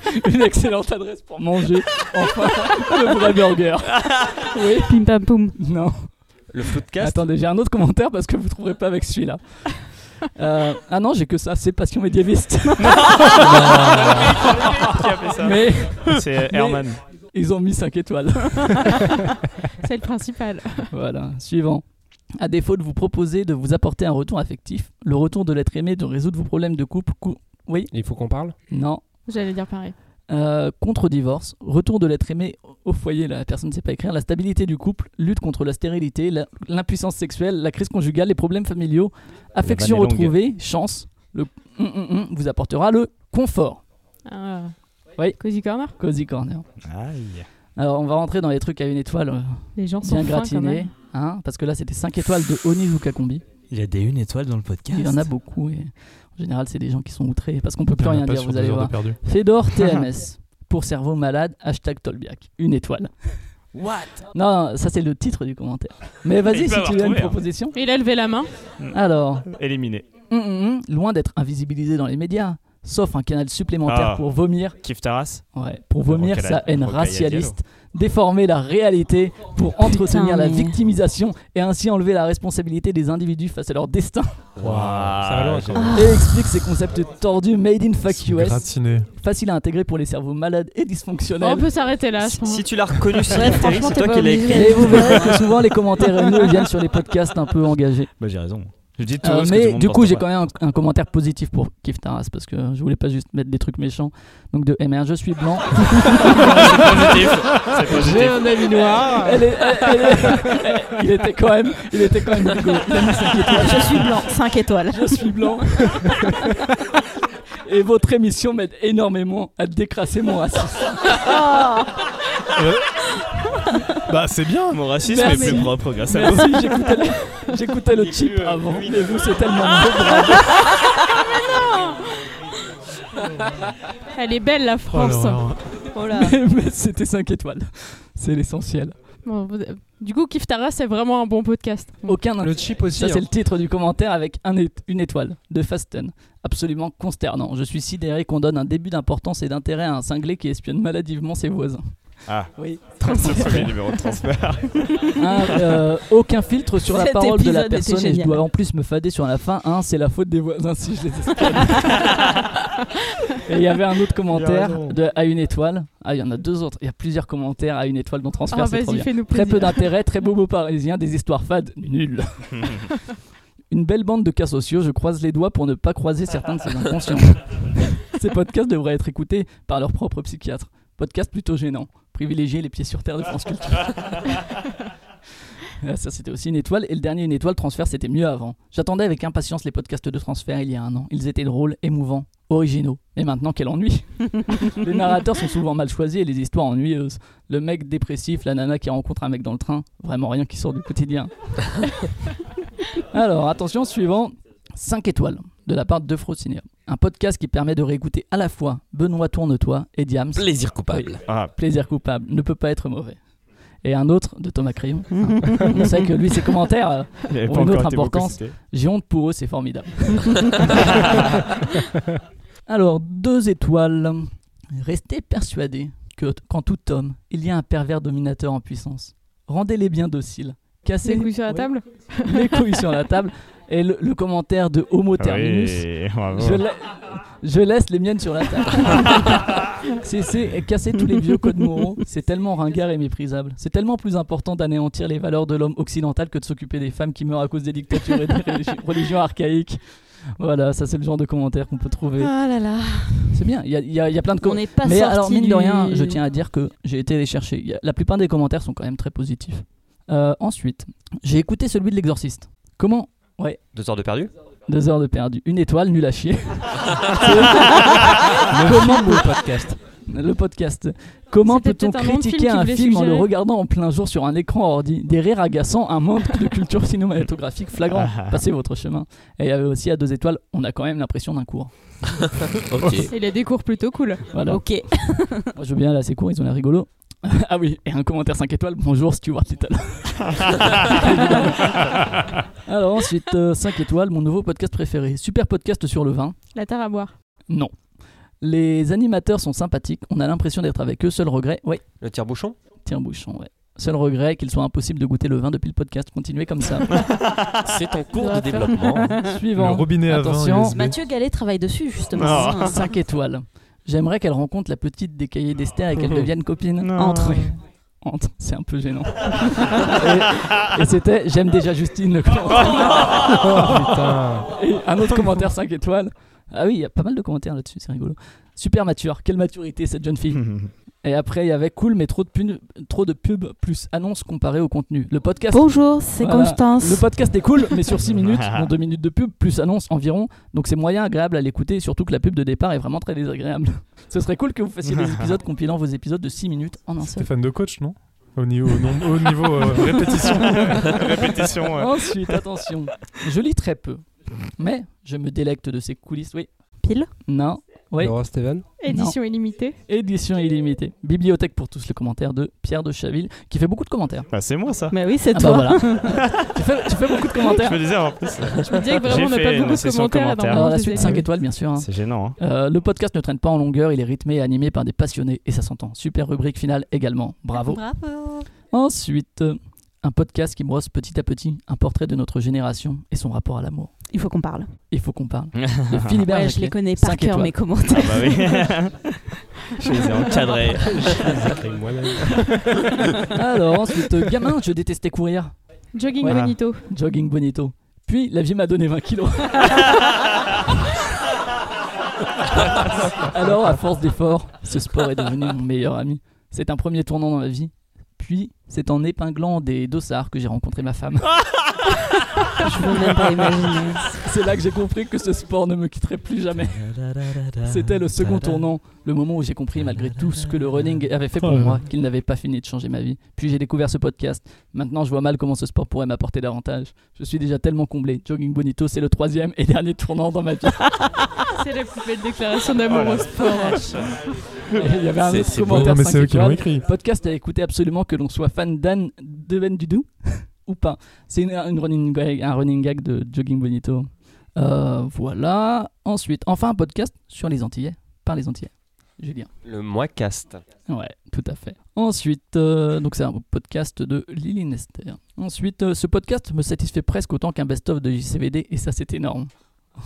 Speaker 1: une excellente adresse pour manger, enfin, le vrai burger. Oui,
Speaker 8: Pim pam poum.
Speaker 1: non.
Speaker 3: Le Floodcast
Speaker 1: Attendez, j'ai un autre commentaire parce que vous trouverez pas avec celui-là. Euh, ah non, j'ai que ça, c'est Passion médiéviste. Ah,
Speaker 6: Qui a fait ça
Speaker 1: mais
Speaker 6: C'est Herman.
Speaker 1: ils ont mis 5 étoiles.
Speaker 4: C'est le principal.
Speaker 1: Voilà, suivant. À défaut de vous proposer de vous apporter un retour affectif, le retour de l'être aimé de résoudre vos problèmes de couple, cou- oui,
Speaker 2: Il faut qu'on parle
Speaker 1: non,
Speaker 4: J'allais dire pareil.
Speaker 1: Euh, contre divorce, retour de l'être aimé au foyer, la personne ne sait pas écrire, la stabilité du couple, lutte contre la stérilité, la- l'impuissance sexuelle, la crise conjugale, les problèmes familiaux, affection
Speaker 6: vanne est longue.
Speaker 1: retrouvée, chance, le hum, hum, hum vous apportera le confort.
Speaker 4: Ah.
Speaker 1: Oui.
Speaker 4: Cozy Corner.
Speaker 1: Cozy Corner.
Speaker 6: Aïe.
Speaker 1: Alors on va rentrer dans les trucs à une étoile euh,
Speaker 4: Les gens sont
Speaker 1: bien
Speaker 4: fins, quand
Speaker 1: gratinés,
Speaker 4: même.
Speaker 1: hein, parce que là c'était 5 étoiles de Oni Combi.
Speaker 11: Il y a des une étoile dans le podcast.
Speaker 1: Il y en a beaucoup. Et en général, c'est des gens qui sont outrés parce qu'on peut
Speaker 11: Il y
Speaker 1: plus
Speaker 11: en a
Speaker 1: rien
Speaker 11: pas
Speaker 1: dire.
Speaker 11: sur
Speaker 1: Vous
Speaker 11: deux
Speaker 1: allez
Speaker 11: heures de
Speaker 1: voir.
Speaker 11: perdu.
Speaker 1: Fedor TMS pour cerveau malade. Hashtag Tolbiac. Une étoile.
Speaker 11: What
Speaker 1: Non, non, ça c'est le titre du commentaire. Mais vas-y
Speaker 6: Il peut
Speaker 1: si
Speaker 6: avoir
Speaker 1: tu as une
Speaker 6: trouvé, hein.
Speaker 1: proposition.
Speaker 4: Il a levé la main.
Speaker 11: Mm.
Speaker 1: Alors,
Speaker 6: Éliminé.
Speaker 1: hum, hum, hum, loin d'être invisibilisé dans les médias, sauf un canal supplémentaire
Speaker 6: Ah.
Speaker 1: pour vomir.
Speaker 6: Kif Taras
Speaker 1: Ouais, pour vomir
Speaker 6: Rocaille-
Speaker 1: sa haine
Speaker 6: Rocaille à
Speaker 1: racialiste, déformer la réalité pour entretenir la
Speaker 11: mais-
Speaker 1: victimisation et ainsi enlever la responsabilité des individus face à leur destin.
Speaker 7: va loin, quand même.
Speaker 8: Ah.
Speaker 1: Et explique ces concepts tordus made in fuck US.
Speaker 7: gratiné.
Speaker 1: Facile à intégrer pour les cerveaux malades et dysfonctionnels.
Speaker 4: on peut s'arrêter là. je pense.
Speaker 3: Si tu l'as reconnu, si
Speaker 4: Ouais, franchement,
Speaker 3: c'est
Speaker 4: t'es
Speaker 3: toi
Speaker 4: pas
Speaker 3: qui l'as
Speaker 4: obligé.
Speaker 3: écrit.
Speaker 1: Et vous verrez que souvent les commentaires haineux viennent sur les podcasts un peu engagés.
Speaker 6: Bah j'ai raison. Je dis tout
Speaker 1: Euh,
Speaker 6: haut ce que tout le
Speaker 1: mais
Speaker 6: monde
Speaker 1: du
Speaker 6: porte
Speaker 1: coup,
Speaker 6: en
Speaker 1: j'ai
Speaker 6: bas.
Speaker 1: quand même un, un commentaire positif pour Kif Taras parce que je voulais pas juste mettre des trucs méchants. Donc de M1, je suis blanc.
Speaker 6: positif, c'est positif.
Speaker 1: J'ai un ami noir. Elle est- elle- elle est- il était quand même, il était quand même rigolo. Il a mis cinq étoiles.
Speaker 8: Je suis blanc, 5 étoiles.
Speaker 1: Je suis blanc. Et votre émission m'aide énormément à décrasser mon racisme.
Speaker 8: Ah.
Speaker 6: Bah c'est bien, mon racisme
Speaker 1: Merci.
Speaker 6: est plus propre grâce à vous.
Speaker 1: Merci, j'écoutais le, j'écoutais le chip avant, mais vous c'est tellement beau, bravo.
Speaker 4: Elle est belle la France. Oh là.
Speaker 1: Mais, mais c'était 5 étoiles. C'est l'essentiel.
Speaker 4: Bon, vous- euh, du coup, Kif Tara, c'est vraiment un bon podcast.
Speaker 8: Mm.
Speaker 1: Aucun
Speaker 2: Le
Speaker 1: intérêt.
Speaker 2: chip aussi.
Speaker 1: Ça, c'est
Speaker 2: hein.
Speaker 1: le titre du commentaire avec un é- une étoile de Fasten. Absolument consternant. Je suis sidéré qu'on donne un début d'importance et d'intérêt à un cinglé qui espionne maladivement ses voisins.
Speaker 6: Ah,
Speaker 1: Oui.
Speaker 6: c'est le premier numéro de transfert.
Speaker 1: Un, euh, aucun filtre sur la
Speaker 8: Cet
Speaker 1: parole de la
Speaker 8: épisode était
Speaker 1: personne et je
Speaker 8: génial.
Speaker 1: dois en plus me fader sur la fin. Un, c'est la faute des voisins si je les espionne. et il y avait un autre commentaire de à une étoile. Ah, il y en a deux autres. Il y a plusieurs commentaires à une étoile dans transfert.
Speaker 4: Ah,
Speaker 1: c'est trop
Speaker 4: vas-y,
Speaker 1: bien.
Speaker 4: fais-nous
Speaker 1: Très
Speaker 4: plaisir.
Speaker 1: peu d'intérêt, très bobo parisien, des histoires fades, nul. Une belle bande de cas sociaux, je croise les doigts pour ne pas croiser certains de ces inconscients. ces podcasts devraient être écoutés par leur propre psychiatre. Podcast plutôt gênant. Privilégier les pieds sur terre de France Culture. Ah, Ça, c'était aussi une étoile. Et le dernier, une étoile transfert, c'était mieux avant. J'attendais avec impatience les podcasts de transfert il y a un an. Ils étaient drôles, émouvants, originaux. Mais maintenant, quel ennui Les narrateurs sont souvent mal choisis et les histoires ennuyeuses. Le mec dépressif, la nana qui rencontre un mec dans le train, vraiment rien qui sort du quotidien. Alors, attention, suivant 5 étoiles de la part de Frocinia. Un podcast qui permet de réécouter à la fois Benoît Tourne-toi et Diams.
Speaker 5: Plaisir coupable.
Speaker 1: Oui.
Speaker 6: Ah,
Speaker 1: Plaisir coupable ne peut pas être mauvais. Et un autre de Thomas Crayon. On sait que lui, ses commentaires euh,
Speaker 6: il avait
Speaker 1: ont
Speaker 6: pas
Speaker 1: une
Speaker 6: encore
Speaker 1: autre
Speaker 6: été beaucoup
Speaker 1: importance.
Speaker 6: cité.
Speaker 1: J'ai honte pour eux, c'est formidable. Alors, deux étoiles. Restez persuadés que t- qu'en tout homme, il y a un pervers dominateur en puissance. Rendez-les bien dociles. Cassez
Speaker 4: C'est couilles sur la
Speaker 1: Ouais,
Speaker 4: table.
Speaker 1: les couilles sur la table. Et le, le commentaire de Homo Terminus.
Speaker 6: Ah Oui, bravo.
Speaker 1: Je, la- je laisse les miennes sur la table. c'est, c'est casser tous les vieux codes moraux. C'est tellement ringard et méprisable. C'est tellement plus important d'anéantir les valeurs de l'homme occidental que de s'occuper des femmes qui meurent à cause des dictatures et des religi- religions archaïques. Voilà, ça c'est le genre de commentaire qu'on peut trouver.
Speaker 8: Ah là là.
Speaker 1: C'est bien, il y, a- il y a- il y a plein de
Speaker 8: On
Speaker 1: commentaires.
Speaker 8: n'est pas
Speaker 1: Mais
Speaker 8: sorti
Speaker 1: alors, mine de
Speaker 8: du-
Speaker 1: rien, je tiens à dire que j'ai été les chercher. Il y a- La plupart des commentaires sont quand même très positifs. Euh, ensuite, j'ai écouté celui de l'exorciste. Comment
Speaker 3: Deux heures de perdu
Speaker 1: Deux heures de perdu. Une étoile, nul à chier.
Speaker 2: Le film ou le podcast
Speaker 1: le podcast. Comment
Speaker 4: C'était
Speaker 1: peut-on
Speaker 4: peut-être un nom de film
Speaker 1: critiquer
Speaker 4: qu'il
Speaker 1: un
Speaker 4: voulait
Speaker 1: film en le
Speaker 4: suggérer
Speaker 1: regardant en plein jour sur un écran ordi Des rires agaçants, un manque de culture cinématographique flagrant. Passez votre chemin. Et il y avait aussi à deux étoiles, on a quand même l'impression d'un cours.
Speaker 5: Ok.
Speaker 4: Il a des cours plutôt cool.
Speaker 1: Voilà.
Speaker 8: Ok.
Speaker 1: Moi, je veux bien là, c'est court, ils ont l'air rigolos. ah oui, et un commentaire 5 étoiles, bonjour Stuart Little. Alors ensuite, 5 étoiles, mon nouveau podcast préféré. Super podcast sur le vin.
Speaker 4: La terre à boire.
Speaker 1: Non. Les animateurs sont sympathiques, on a l'impression d'être avec eux, seul regret. Ouais,
Speaker 3: Le tire-bouchon
Speaker 1: tire-bouchon, ouais. Seul regret qu'il soit impossible de goûter le vin depuis le podcast. Continuez comme ça.
Speaker 5: C'est en cours
Speaker 4: Ça
Speaker 5: de
Speaker 4: va faire-
Speaker 5: développement.
Speaker 1: Suivant.
Speaker 7: Le robinet à
Speaker 1: Attention.
Speaker 7: vin USB.
Speaker 8: Mathieu Gallet travaille dessus, justement.
Speaker 6: Non.
Speaker 8: C'est un-
Speaker 1: 5 étoiles. J'aimerais qu'elle rencontre la petite des cahiers d'Esther et
Speaker 7: Oh.
Speaker 1: qu'elle devienne copine.
Speaker 8: Entre.
Speaker 1: Hante, c'est un peu gênant. et et c'était J'aime déjà Justine le commentaire.
Speaker 2: Putain.
Speaker 7: Oh,
Speaker 1: Et un autre commentaire 5 étoiles. Ah oui, il y a pas mal de commentaires là-dessus, c'est rigolo. Super mature. Quelle maturité cette jeune fille. Et après, il y avait cool, mais trop de pubs, trop de pubs plus annonces comparées au contenu. Le podcast.
Speaker 8: Bonjour, c'est Constance.
Speaker 1: Le podcast est cool, mais sur 6 minutes, dont 2 minutes de pub plus annonces environ. Donc c'est moyen agréable à l'écouter, surtout que la pub de départ est vraiment très désagréable. Ce serait cool que vous fassiez des épisodes compilant vos épisodes de 6 minutes en un seul.
Speaker 7: Stéphane de coach, non au niveau, non- au niveau euh, répétition. répétition ouais.
Speaker 1: Ensuite, attention. Je lis très peu, mais je me délecte de ces coulisses. Oui.
Speaker 8: Pile
Speaker 1: Non. Oui.
Speaker 2: Laura Steven
Speaker 4: Édition illimitée.
Speaker 1: Édition illimitée. Bibliothèque pour tous, le commentaire de Pierre de Chaville, qui fait beaucoup de commentaires.
Speaker 6: Bah, c'est moi ça.
Speaker 8: Mais oui, c'est
Speaker 1: Ah
Speaker 8: toi.
Speaker 1: bah tu, fais, tu fais beaucoup de commentaires.
Speaker 6: Je me disais en plus. Je
Speaker 4: me disais que vraiment, on n'a pas beaucoup de commentaires là, dans
Speaker 1: Alors, la
Speaker 4: Désolé.
Speaker 1: suite 5 étoiles, bien sûr. hein.
Speaker 6: C'est gênant. hein.
Speaker 1: Euh, le podcast ne traîne pas en longueur, il est rythmé et animé par des passionnés et ça s'entend. Super rubrique finale également. Bravo.
Speaker 8: Bravo.
Speaker 1: Ensuite, euh, un podcast qui brosse petit à petit un portrait de notre génération et son rapport à l'amour.
Speaker 8: Il faut qu'on parle.
Speaker 1: Il faut qu'on parle. De Philibert
Speaker 8: Ouais, je
Speaker 1: Jacquet,
Speaker 8: les connais par
Speaker 1: cinq
Speaker 8: cœur,
Speaker 1: étoiles.
Speaker 8: mes commentaires.
Speaker 6: Ah bah oui. je les ai encadrés.
Speaker 1: Alors ensuite, euh, gamin, je détestais courir.
Speaker 4: Jogging
Speaker 1: Ouais.
Speaker 4: Bonito.
Speaker 1: Jogging bonito. Puis la vie m'a donné 20 kilos. Alors, à force d'efforts, ce sport est devenu mon meilleur ami. C'est un premier tournant dans ma vie. Puis, c'est en épinglant des dossards que j'ai rencontré ma femme.
Speaker 8: Je peux même pas imaginer.
Speaker 1: C'est là que j'ai compris que ce sport ne me quitterait plus jamais. C'était le second tournant, le moment où j'ai compris, malgré tout ce que le running avait fait pour
Speaker 10: Oh là là.
Speaker 1: moi, qu'il n'avait pas fini de changer ma vie. Puis j'ai découvert ce podcast. Maintenant, je vois mal comment ce sport pourrait m'apporter davantage. Je suis déjà tellement comblé. Jogging Bonito, c'est le troisième et dernier tournant dans ma vie.
Speaker 4: C'est la plus belle déclaration d'amour au sport.
Speaker 1: Et Il y avait un
Speaker 5: C'est-
Speaker 1: autre
Speaker 5: c'est beau.
Speaker 1: commentaire
Speaker 7: Non, mais
Speaker 1: cinq
Speaker 7: c'est eux qui l'ont
Speaker 1: étoiles.
Speaker 7: écrit.
Speaker 1: Podcast à écouter absolument que l'on soit fan d'Anne Devendudou ou pas. C'est une, une running gag- un running gag de Jogging Bonito. Euh, voilà. Ensuite, enfin un podcast sur les Antillais, par les Antillais. Julien.
Speaker 3: Le moi cast.
Speaker 1: Ouais, tout à fait. Ensuite, euh, donc c'est un podcast de Lily Nester. Ensuite, euh, ce podcast me satisfait presque autant qu'un best-of de JCVD et ça c'est énorme.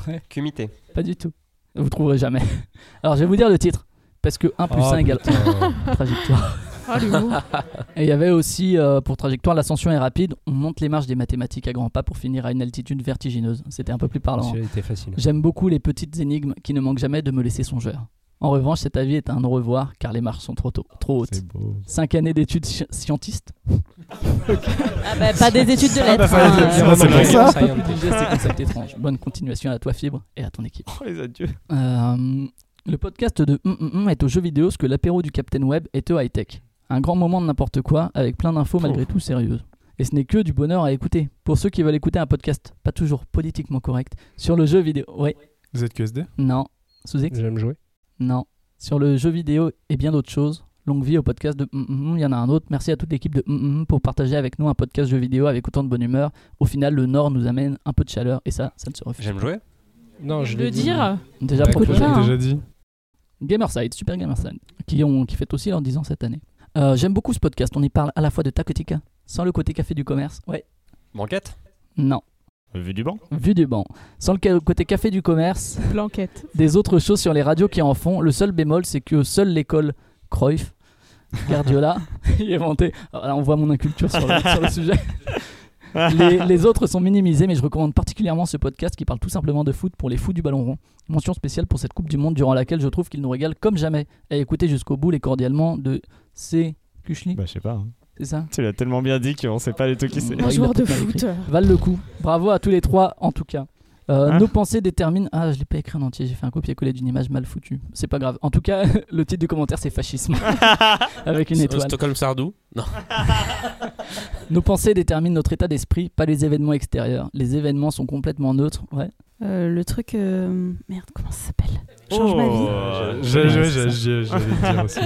Speaker 1: Ouais,
Speaker 3: Cumité.
Speaker 1: pas du tout. Vous trouverez jamais. Alors je vais vous dire le titre parce que 1 plus
Speaker 2: Oh, Ah,
Speaker 1: 1 égale trajectoire.
Speaker 4: Ah, l'humour.
Speaker 1: Et il y avait aussi, euh, pour trajectoire, l'ascension est rapide. On monte les marches des mathématiques à grands pas pour finir à une altitude vertigineuse. C'était un peu plus parlant.
Speaker 2: Ah,
Speaker 1: hein.
Speaker 2: Celui-là était facile.
Speaker 1: J'aime beaucoup les petites énigmes qui ne manquent jamais de me laisser songeur. En revanche, cet avis est un au revoir car les marches sont trop tôt, trop hautes.
Speaker 7: C'est beau.
Speaker 1: Cinq années d'études sci- scientistes.
Speaker 8: Ah bah, pas des études de
Speaker 7: Ah bah,
Speaker 8: lettres.
Speaker 7: fallait
Speaker 8: hein.
Speaker 7: le dire, c'est
Speaker 1: Un
Speaker 7: pour ça.
Speaker 1: peu plus léger, ces concepts étranges. Bonne continuation à toi Fibre et à ton équipe.
Speaker 6: Oh les adieux.
Speaker 1: Euh, le podcast de Hum, Hum, Hum est aux jeux vidéo ce que l'apéro du Captain Web est au high-tech. Un grand moment de n'importe quoi, avec plein d'infos malgré tout sérieuses. Et ce n'est que du bonheur à écouter. Pour ceux qui veulent écouter un podcast, pas toujours politiquement correct, sur le jeu vidéo. Ouais,
Speaker 7: Vous êtes QSD
Speaker 1: non. sous
Speaker 2: J'aime jouer.
Speaker 1: Non. Sur le jeu vidéo et bien d'autres choses. Longue vie au podcast de Hum, Hum, Hum. Il y en a un autre. Merci à toute l'équipe de Hum, Hum, Hum pour partager avec nous un podcast jeu vidéo avec autant de bonne humeur. Au final, le Nord nous amène un peu de chaleur et ça, ça ne se refuse.
Speaker 3: J'aime jouer.
Speaker 2: Non, je
Speaker 4: Le
Speaker 2: l'ai dit.
Speaker 4: dire.
Speaker 1: Déjà
Speaker 2: D'accord.
Speaker 1: proposé.
Speaker 7: Je l'ai
Speaker 8: Putain.
Speaker 7: déjà dit.
Speaker 1: Gamerside, Super Gamerside, qui, ont, qui fête aussi leurs 10 ans cette année. Euh, J'aime beaucoup ce podcast, on y parle à la fois de Takotika, sans le côté café du commerce. Ouais.
Speaker 3: Banquette.
Speaker 1: Non,
Speaker 6: Vu du banc.
Speaker 1: vu du banc. Sans le ca- côté café du commerce,
Speaker 4: Blanquette.
Speaker 1: des autres choses sur les radios qui en font. Le seul bémol, c'est que seule l'école Cruyff, Guardiola, y est vantée. Alors là, on voit mon inculture sur le, sur le sujet. Les, les autres sont minimisés, mais je recommande particulièrement ce podcast qui parle tout simplement de foot pour les fous du ballon rond. Mention spéciale pour cette Coupe du Monde durant laquelle je trouve qu'il nous régale comme jamais. Et écoutez jusqu'au bout les cordialement de C. Kuchli,
Speaker 6: Bah je sais pas. hein.
Speaker 1: c'est ça
Speaker 6: Tu l'as tellement bien dit qu'on sait pas du tout qui c'est.
Speaker 1: Ouais, il
Speaker 4: Un
Speaker 1: a
Speaker 4: joueur de
Speaker 1: peut-être mal écrit.
Speaker 4: foot.
Speaker 1: Valent le coup. Bravo à tous les trois en tout cas. Euh,
Speaker 6: Hein
Speaker 1: nos pensées déterminent. Ah, je l'ai pas écrit en entier, j'ai fait un copier-coller d'une image mal foutue. C'est pas grave. En tout cas, le titre du commentaire c'est fascisme. Avec une étoile.
Speaker 5: Stockholm Sardou Non.
Speaker 1: Nos pensées déterminent notre état d'esprit, pas les événements extérieurs. Les événements sont complètement neutres. Ouais.
Speaker 8: Euh, le truc. euh, Merde, comment ça s'appelle Change ma vie.
Speaker 10: Euh,
Speaker 6: Oh,
Speaker 7: J'ai- j'ai-
Speaker 6: ouais,
Speaker 7: j'ai- j'ai- J'allais le dire aussi.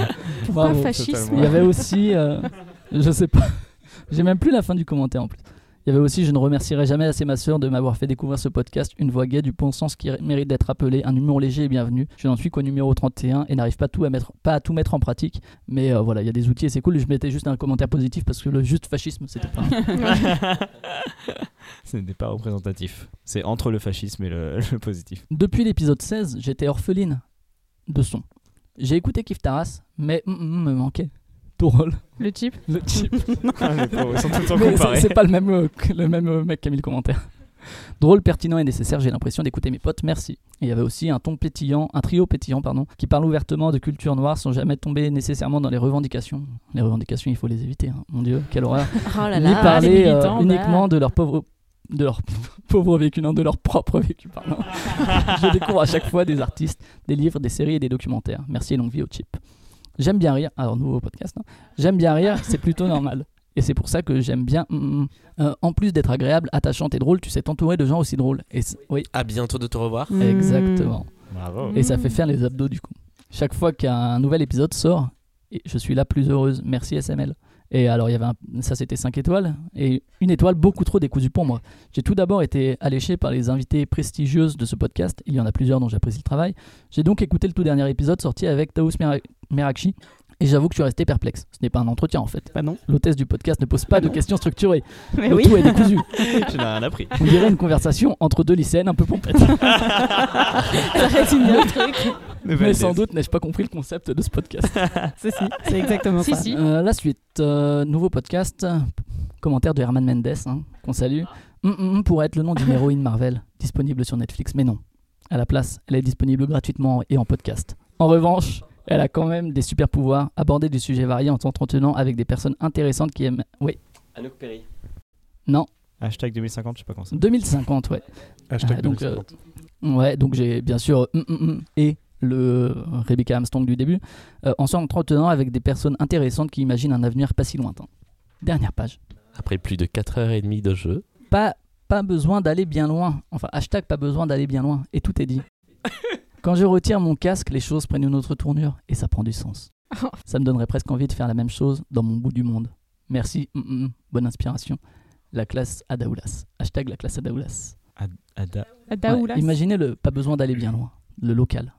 Speaker 8: Pourquoi
Speaker 1: Bravo.
Speaker 8: fascisme
Speaker 1: Il y avait aussi, euh, je sais pas, j'ai même plus la fin du commentaire en plus. Il y avait aussi, je ne remercierai jamais assez ma sœur de m'avoir fait découvrir ce podcast, une voix gaie du bon sens qui mérite d'être appelée, un humour léger et bienvenu. Je n'en suis qu'au numéro 31 et n'arrive pas, tout à mettre, pas à tout mettre en pratique, mais euh, voilà, il y a des outils et c'est cool. Je mettais juste un commentaire positif parce que le juste fascisme, c'était pas.
Speaker 6: Ce n'est pas représentatif. C'est entre le fascisme et le, le positif.
Speaker 1: Depuis l'épisode 16, j'étais orpheline de son. J'ai écouté Kif Taras, mais mm, mm, me manquait. Drôle,
Speaker 4: Le type.
Speaker 1: le type.
Speaker 6: Ah, les pauvres, ils sont tout le temps
Speaker 1: Mais
Speaker 6: comparés.
Speaker 1: c'est- C'est pas le même, euh, que- le même euh, mec qui a mis le commentaire. Drôle, pertinent et nécessaire, j'ai l'impression d'écouter mes potes, merci. Et il y avait aussi un ton pétillant, un trio pétillant, pardon, qui parle ouvertement de culture noire sans jamais tomber nécessairement dans les revendications. Les revendications, il faut les éviter, hein. mon dieu, quelle horreur.
Speaker 8: Oh là
Speaker 1: Ni
Speaker 8: là,
Speaker 1: parler
Speaker 8: les
Speaker 1: euh,
Speaker 8: militants, bah.
Speaker 1: uniquement de leur pauvre de leur pauvre vécu, non, de leur propre vécu, pardon. Je découvre à chaque fois des artistes, des livres, des séries et des documentaires. Merci et longue vie au chip. J'aime bien rire. Alors, nouveau podcast. hein. J'aime bien rire, c'est plutôt normal. Et c'est pour ça que j'aime bien. mm, mm. Euh, en plus d'être agréable, attachante et drôle, tu sais t'entourer de gens aussi drôles. Et c- oui.
Speaker 5: À bientôt de te revoir.
Speaker 8: Hmm. Mm.
Speaker 1: Exactement.
Speaker 6: Mm.
Speaker 5: Bravo.
Speaker 1: Et ça fait faire les abdos du coup. Chaque fois qu'un nouvel épisode sort, et je suis la plus heureuse. Merci SML. Et alors, il y avait un- ça, c'était 5 étoiles. Et une étoile beaucoup trop décousue pour moi. J'ai tout d'abord été alléché par les invités prestigieuses de ce podcast. Il y en a plusieurs dont j'apprécie le travail. J'ai donc écouté le tout dernier épisode sorti avec Taous Mera- Merakchi. Et j'avoue que je suis resté perplexe. Ce n'est pas un entretien en fait. non. L'hôtesse du podcast ne pose pas de questions structurées.
Speaker 8: Bah Mais
Speaker 1: le
Speaker 8: oui.
Speaker 1: tout est décousu.
Speaker 6: Je n'ai rien appris.
Speaker 1: On dirait une conversation entre deux lycéennes un peu pompettes.
Speaker 8: Ça résume bien le truc.
Speaker 1: Mais, sans doute n'ai-je pas compris le concept de ce podcast.
Speaker 8: Si, si, c'est exactement
Speaker 1: Si,
Speaker 8: ça.
Speaker 1: si. Euh, la suite, euh, nouveau podcast, euh, commentaire de Herman Mendes, hein, qu'on salue, Hum, hum, hum, pourrait être le nom d'une héroïne Marvel, disponible sur Netflix, mais non. À la place, elle est disponible gratuitement et en podcast. En revanche, elle a quand même des super pouvoirs, aborder des sujets variés en s'entretenant avec des personnes intéressantes qui aiment... Oui,
Speaker 3: Anouk Perry.
Speaker 1: non,
Speaker 6: Hashtag 2050, je sais pas comment ça.
Speaker 1: 2050, ouais.
Speaker 7: Hashtag
Speaker 1: Ah, donc,
Speaker 7: 2050.
Speaker 1: euh, ouais, donc j'ai bien sûr euh, mm, mm, mm, et le Rebecca Armstrong du début, euh, en s'entretenant avec des personnes intéressantes qui imaginent un avenir pas si lointain. Dernière page.
Speaker 5: Après plus de 4h30 de jeu.
Speaker 1: Pas, pas besoin d'aller bien loin. Enfin, hashtag pas besoin d'aller bien loin. Et tout est dit. Quand je retire mon casque, les choses prennent une autre tournure et ça prend du sens. Ça me donnerait presque envie de faire la même chose dans mon bout du monde. Merci, mm, mm, bonne inspiration. La classe Adaoulas. Hashtag la classe Adaoulas.
Speaker 4: Adaoulas.
Speaker 1: Ouais, imaginez le pas besoin d'aller bien loin. Le local,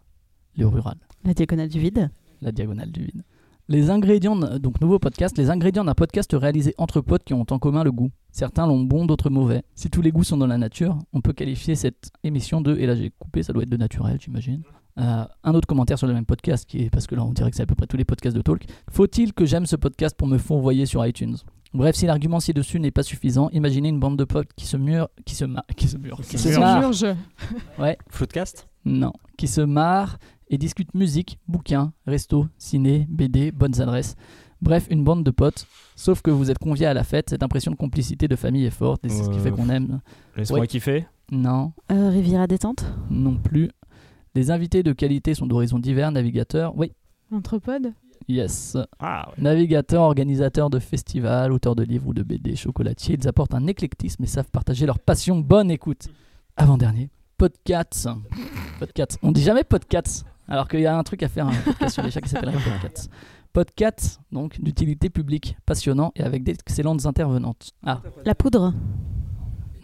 Speaker 1: le rural,
Speaker 8: La diagonale du vide.
Speaker 1: la diagonale du vide. Les ingrédients, d'un- donc nouveau podcast, les ingrédients d'un podcast réalisé entre potes qui ont en commun le goût. Certains l'ont bon, d'autres mauvais. Si tous les goûts sont dans la nature, on peut qualifier cette émission de, et là j'ai coupé, ça doit être de naturel, j'imagine. Euh, un autre commentaire sur le même podcast, qui est, parce que là on dirait que c'est à peu près tous les podcasts de Talk. Faut-il que j'aime ce podcast pour me fourvoyer sur iTunes Bref, si l'argument ci-dessus n'est pas suffisant, imaginez une bande de potes qui se mure, qui se ma- qui se mure, qui se marre. Ouais.
Speaker 3: Floodcast
Speaker 1: Non. Qui se marrent et discutent musique, bouquins, resto, ciné, BD, bonnes adresses. Bref, une bande de potes. Sauf que vous êtes conviés à la fête, cette impression de complicité de famille est forte et c'est ce qui
Speaker 6: Euh,
Speaker 1: fait qu'on aime.
Speaker 6: Laisse-moi
Speaker 1: Ouais.
Speaker 6: kiffer.
Speaker 1: Non,
Speaker 8: Euh, Riviera détente.
Speaker 1: non plus. Les invités de qualité sont d'horizons divers, navigateurs, oui,
Speaker 4: Entrepode
Speaker 1: yes.
Speaker 6: Ah, ouais.
Speaker 1: Navigateurs, organisateurs de festivals, auteurs de livres ou de BD, chocolatiers, ils apportent un éclectisme et savent partager leur passion. Bonne écoute. Avant-dernier, podcasts. Podcasts. On dit jamais podcasts, alors qu'il y a un truc à faire, un podcast sur les chats qui s'appellerait podcasts. Podcasts, donc d'utilité publique, passionnant et avec d'excellentes intervenantes. Ah,
Speaker 8: La poudre.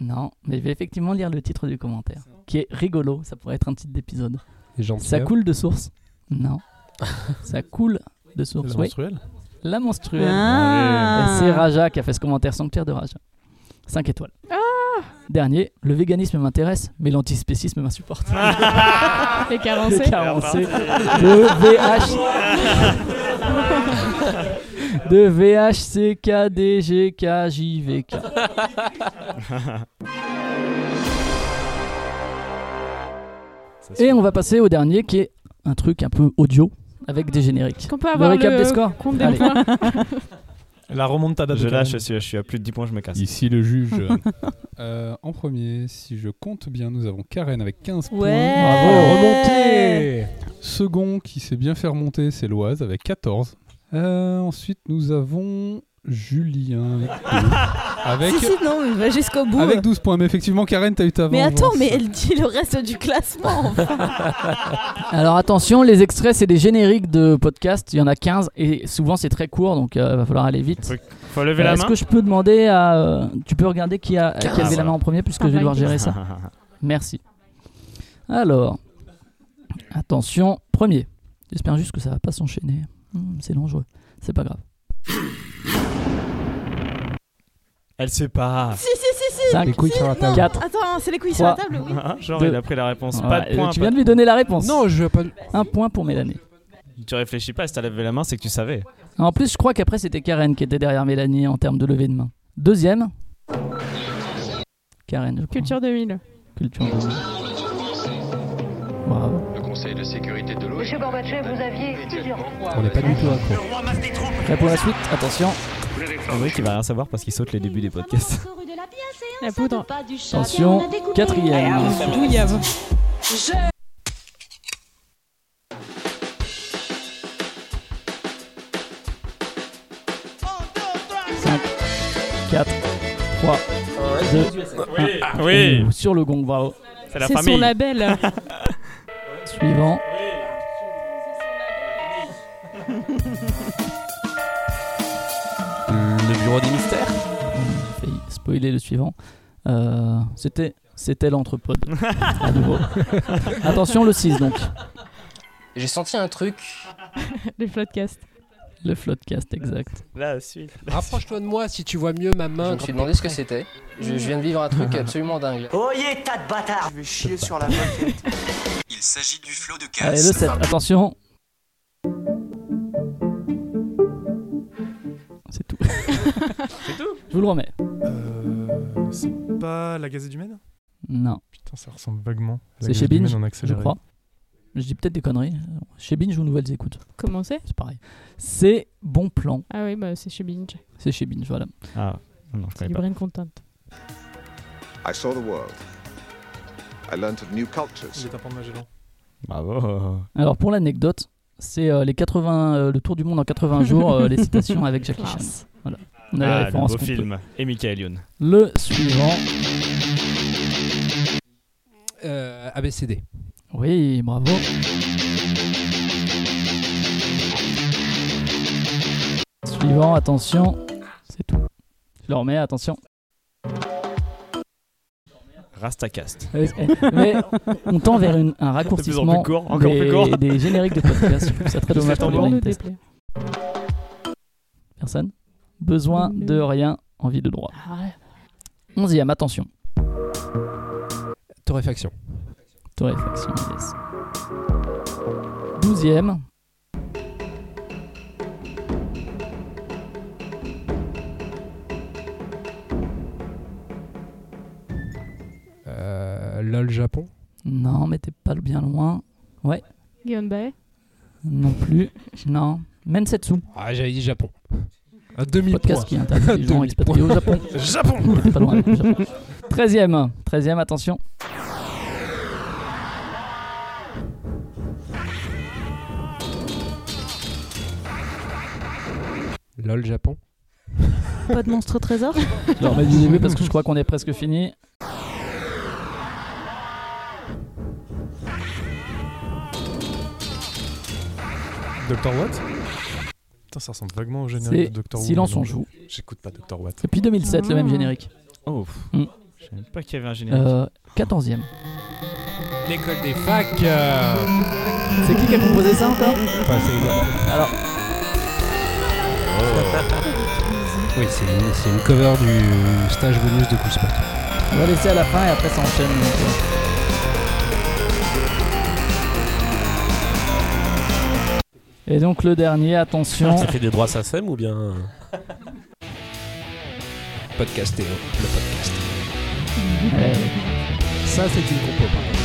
Speaker 1: non, mais je vais effectivement lire le titre du commentaire, qui est rigolo, ça pourrait être un titre d'épisode.
Speaker 2: Les gens de
Speaker 1: Ça
Speaker 2: Sierra.
Speaker 1: coule de source Non. ça coule de source,
Speaker 7: La
Speaker 1: oui.
Speaker 7: menstruelle
Speaker 1: La menstruelle. Et
Speaker 8: Ah.
Speaker 1: C'est Raja qui a fait ce commentaire sanctuaire de Raja. 5 étoiles. Dernier, le véganisme m'intéresse, mais l'antispécisme m'insupporte.
Speaker 6: Ah.
Speaker 4: Les
Speaker 1: Le
Speaker 4: carencés
Speaker 1: carencé de VH. de VHCKDGKJVK. Et on va passer au dernier qui est un truc un peu audio avec des génériques.
Speaker 4: Qu'on peut avoir
Speaker 1: le récap
Speaker 4: le
Speaker 1: des scores.
Speaker 4: compte des
Speaker 1: Allez.
Speaker 4: points.
Speaker 7: La remontada de
Speaker 6: Je
Speaker 7: Karen.
Speaker 6: lâche, je suis, je suis à plus de 10 points, je me casse.
Speaker 10: Ici le juge. Euh, en premier, si je compte bien, nous avons Karen avec 15
Speaker 8: Ouais.
Speaker 10: points.
Speaker 7: Bravo, remontée
Speaker 10: Second qui s'est bien fait remonter, c'est Loise avec 14. Euh, ensuite, nous avons Julien avec,
Speaker 8: Si,
Speaker 10: deux.
Speaker 8: si, non, mais va jusqu'au bout.
Speaker 10: avec, avec 12 points. Mais effectivement, Karen, t'as eu ta
Speaker 8: mais
Speaker 10: vengeance.
Speaker 8: attends, mais elle dit le reste du classement. enfin.
Speaker 1: Alors attention, les extraits c'est des génériques de podcasts, il y en a 15 et souvent c'est très court donc il va falloir aller vite.
Speaker 6: Faut, faut lever
Speaker 1: Euh,
Speaker 6: la
Speaker 1: Est-ce
Speaker 6: main.
Speaker 1: que je peux demander à. euh, Tu peux regarder qui a qui a levé la main en premier, puisque
Speaker 4: Ah,
Speaker 1: je vais devoir
Speaker 4: Mike.
Speaker 1: gérer ça. Merci. Alors, attention, premier. J'espère juste que ça va pas s'enchaîner. Hmm, c'est dangereux. C'est pas grave.
Speaker 6: Elle sait pas.
Speaker 8: si, si, si, si.
Speaker 1: Cinq,
Speaker 2: Les couilles sur la
Speaker 8: Non,
Speaker 2: table.
Speaker 1: Quatre.
Speaker 8: Attends, c'est les couilles
Speaker 1: Trois.
Speaker 8: sur la table, oui.
Speaker 6: Ah, Genre,
Speaker 1: Deux.
Speaker 6: il a pris la réponse. Pas
Speaker 1: Ouais, euh,
Speaker 6: de points.
Speaker 1: tu
Speaker 6: pas
Speaker 1: viens de lui donner la réponse.
Speaker 2: Non, je vais pas.
Speaker 1: Un point pour Mélanie.
Speaker 6: de- Tu réfléchis pas, si t'as levé la main, c'est que tu savais.
Speaker 1: En plus, je crois qu'après c'était Karen qui était derrière Mélanie en termes de levée de main. Deuxième. Karen, je crois.
Speaker 4: Culture 2000.
Speaker 1: Culture 2000. Bravo.
Speaker 12: Le Conseil de sécurité de l'ONU.
Speaker 13: Monsieur Gorbatchev, vous aviez plusieurs
Speaker 2: On
Speaker 10: Ah
Speaker 2: n'est pas du tout à court.
Speaker 1: Prêt pour la suite Attention.
Speaker 6: En vrai, qu'il va rien savoir parce qu'il saute les débuts des podcasts.
Speaker 4: La poudre.
Speaker 1: Attention, quatrième.
Speaker 4: Ah Douillave.
Speaker 1: Cinq, quatre, trois, deux,
Speaker 14: Oui.
Speaker 1: un.
Speaker 14: Oui.
Speaker 1: Oh, Sur le gong, bravo.
Speaker 14: C'est la C'est son famille.
Speaker 4: label. euh,
Speaker 1: Suivant.
Speaker 5: Le bureau des mystères.
Speaker 1: J'ai failli spoiler le suivant. Euh, C'était c'était l'entrepôt. à nouveau. Attention, le 6 donc.
Speaker 15: J'ai senti un truc.
Speaker 4: Les floodcasts.
Speaker 1: Le floodcast, exact.
Speaker 3: La suite.
Speaker 6: Ah.
Speaker 2: Rapproche-toi de moi si tu vois mieux ma main.
Speaker 15: Je me suis demandé ce que c'était. Je, je viens de vivre un truc absolument dingue. Oyez, tas de bâtards Je vais chier sur la moquette.
Speaker 12: Il s'agit du flot de
Speaker 1: Allez, le 7, attention. C'est tout.
Speaker 14: C'est tout
Speaker 1: Je vous le remets.
Speaker 7: Euh, c'est pas la Gazette du Maine
Speaker 1: Non.
Speaker 7: Putain, ça ressemble vaguement. à la
Speaker 1: C'est chez
Speaker 7: Gazette du
Speaker 1: Binge,
Speaker 7: Maine
Speaker 1: je
Speaker 7: en accéléré.
Speaker 1: crois. Je dis peut-être des conneries. Chez Binge ou Nouvelles Écoutes
Speaker 4: Comment c'est
Speaker 1: C'est pareil. C'est Bon Plan.
Speaker 4: Ah oui, bah c'est chez Binge.
Speaker 1: C'est chez Binge, voilà.
Speaker 6: Ah, non, je
Speaker 4: C'est du brain content.
Speaker 16: I saw the world. I learned of new cultures.
Speaker 6: Bravo.
Speaker 1: Alors pour l'anecdote, c'est euh, les 80, euh, le tour du monde en 80 jours, euh, les citations avec Jackie Chan.
Speaker 4: Classe.
Speaker 1: Voilà. On a la
Speaker 6: Ah, le
Speaker 1: référence
Speaker 6: beau
Speaker 1: qu'on peut.
Speaker 6: film. Et Michael Youn.
Speaker 1: Le suivant.
Speaker 2: Euh, ABCD.
Speaker 1: Oui, bravo. Suivant, attention. C'est tout. Je le remets, attention.
Speaker 6: Rastacast.
Speaker 1: Euh, euh, Mais on tend vers une- un raccourcissement
Speaker 6: De plus en plus court, encore
Speaker 1: des,
Speaker 6: plus court.
Speaker 1: des génériques de podcast. Je trouve ça très
Speaker 6: Tout
Speaker 1: dommage
Speaker 6: cet
Speaker 1: pour les
Speaker 6: embrouille.
Speaker 1: blind tests. Personne Besoin de rien, envie de droit. Onzième, attention.
Speaker 2: Torréfaction.
Speaker 1: Torréfaction, yes. Douzième.
Speaker 2: Euh, LOL Japon.
Speaker 1: Non, mais t'es pas bien loin. Ouais,
Speaker 4: Guillaume Bay.
Speaker 1: non plus. Non. Mensetsu.
Speaker 2: Ah, j'avais dit Japon. Un demi
Speaker 1: Podcast qui interdit les gens expatriés au Japon. T'es pas loin. Japon. Treizième. Treizième, attention.
Speaker 2: LOL Japon.
Speaker 8: Pas de monstre trésor
Speaker 1: Je le remets du début parce que je crois qu'on est presque fini.
Speaker 7: Doctor What Putain, ça ressemble vaguement au
Speaker 1: C'est
Speaker 7: générique de Doctor Who.
Speaker 1: Silence,
Speaker 7: mais non,
Speaker 1: on joue.
Speaker 7: J'écoute pas Doctor What.
Speaker 1: Depuis 2007, le même
Speaker 7: Ah.
Speaker 1: générique.
Speaker 6: Oh,
Speaker 1: Mm.
Speaker 6: je savais pas qu'il y avait un générique.
Speaker 1: Euh, Quatorzième.
Speaker 2: L'école des facs. euh.
Speaker 1: C'est qui qui a composé ça encore Alors,
Speaker 2: Oui, c'est une, c'est une cover du stage bonus de Cool Spot.
Speaker 1: on va laisser à la fin et après ça enchaîne. donc, euh. Et donc le dernier, attention.
Speaker 5: Ça fait des droits SACEM ou bien.
Speaker 2: Podcasté, le podcast.
Speaker 1: Ouais.
Speaker 2: Ça, c'est une compo. par contre.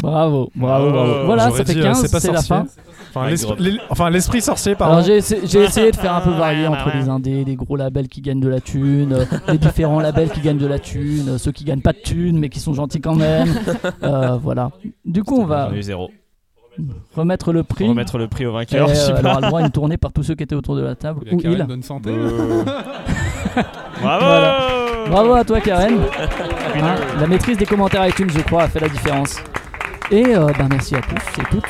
Speaker 1: Bravo, bravo, bravo. Voilà, ça
Speaker 7: J'aurais
Speaker 1: fait
Speaker 7: dit, euh,
Speaker 1: 15,
Speaker 7: c'est pas
Speaker 1: c'est la
Speaker 7: sorcier.
Speaker 1: fin.
Speaker 7: Enfin, l'esprit- l'es- Enfin, l'esprit sorcier,
Speaker 1: Alors
Speaker 7: pardon.
Speaker 1: j'ai essayé, j'ai essayé de faire un peu varier entre les indés, les gros labels qui gagnent de la thune, euh, les différents labels qui gagnent de la thune, euh, ceux qui gagnent pas de thune mais qui sont gentils quand même. Euh, voilà. Du coup, on va
Speaker 6: J'en ai eu zéro.
Speaker 1: remettre le prix.
Speaker 6: Remettre le prix au vainqueur,
Speaker 1: Et,
Speaker 6: je sais
Speaker 1: euh,
Speaker 6: pas.
Speaker 1: elle aura le droit à une tournée par tous ceux qui étaient autour de la table
Speaker 10: Eh bien,
Speaker 1: ou
Speaker 10: Karen,
Speaker 1: il.
Speaker 10: bonne santé.
Speaker 6: Bravo
Speaker 1: Bravo à toi Karen. Hein, la maîtrise des commentaires iTunes, je crois, a fait la différence. Et euh, bah, merci à tous et toutes.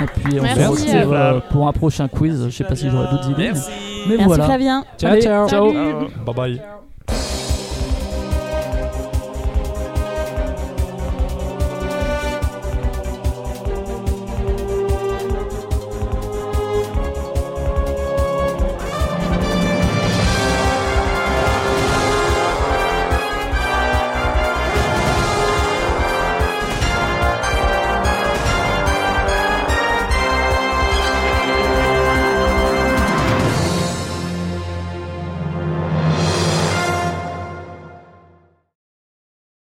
Speaker 1: Et puis on se
Speaker 8: Merci.
Speaker 1: retrouve euh,
Speaker 8: Fab.
Speaker 1: pour un prochain quiz. Je sais pas si j'aurai d'autres idées. mais- Mais
Speaker 8: Merci
Speaker 1: voilà.
Speaker 8: Flavien.
Speaker 1: Allez, ciao.
Speaker 8: Salut.
Speaker 7: Bye bye.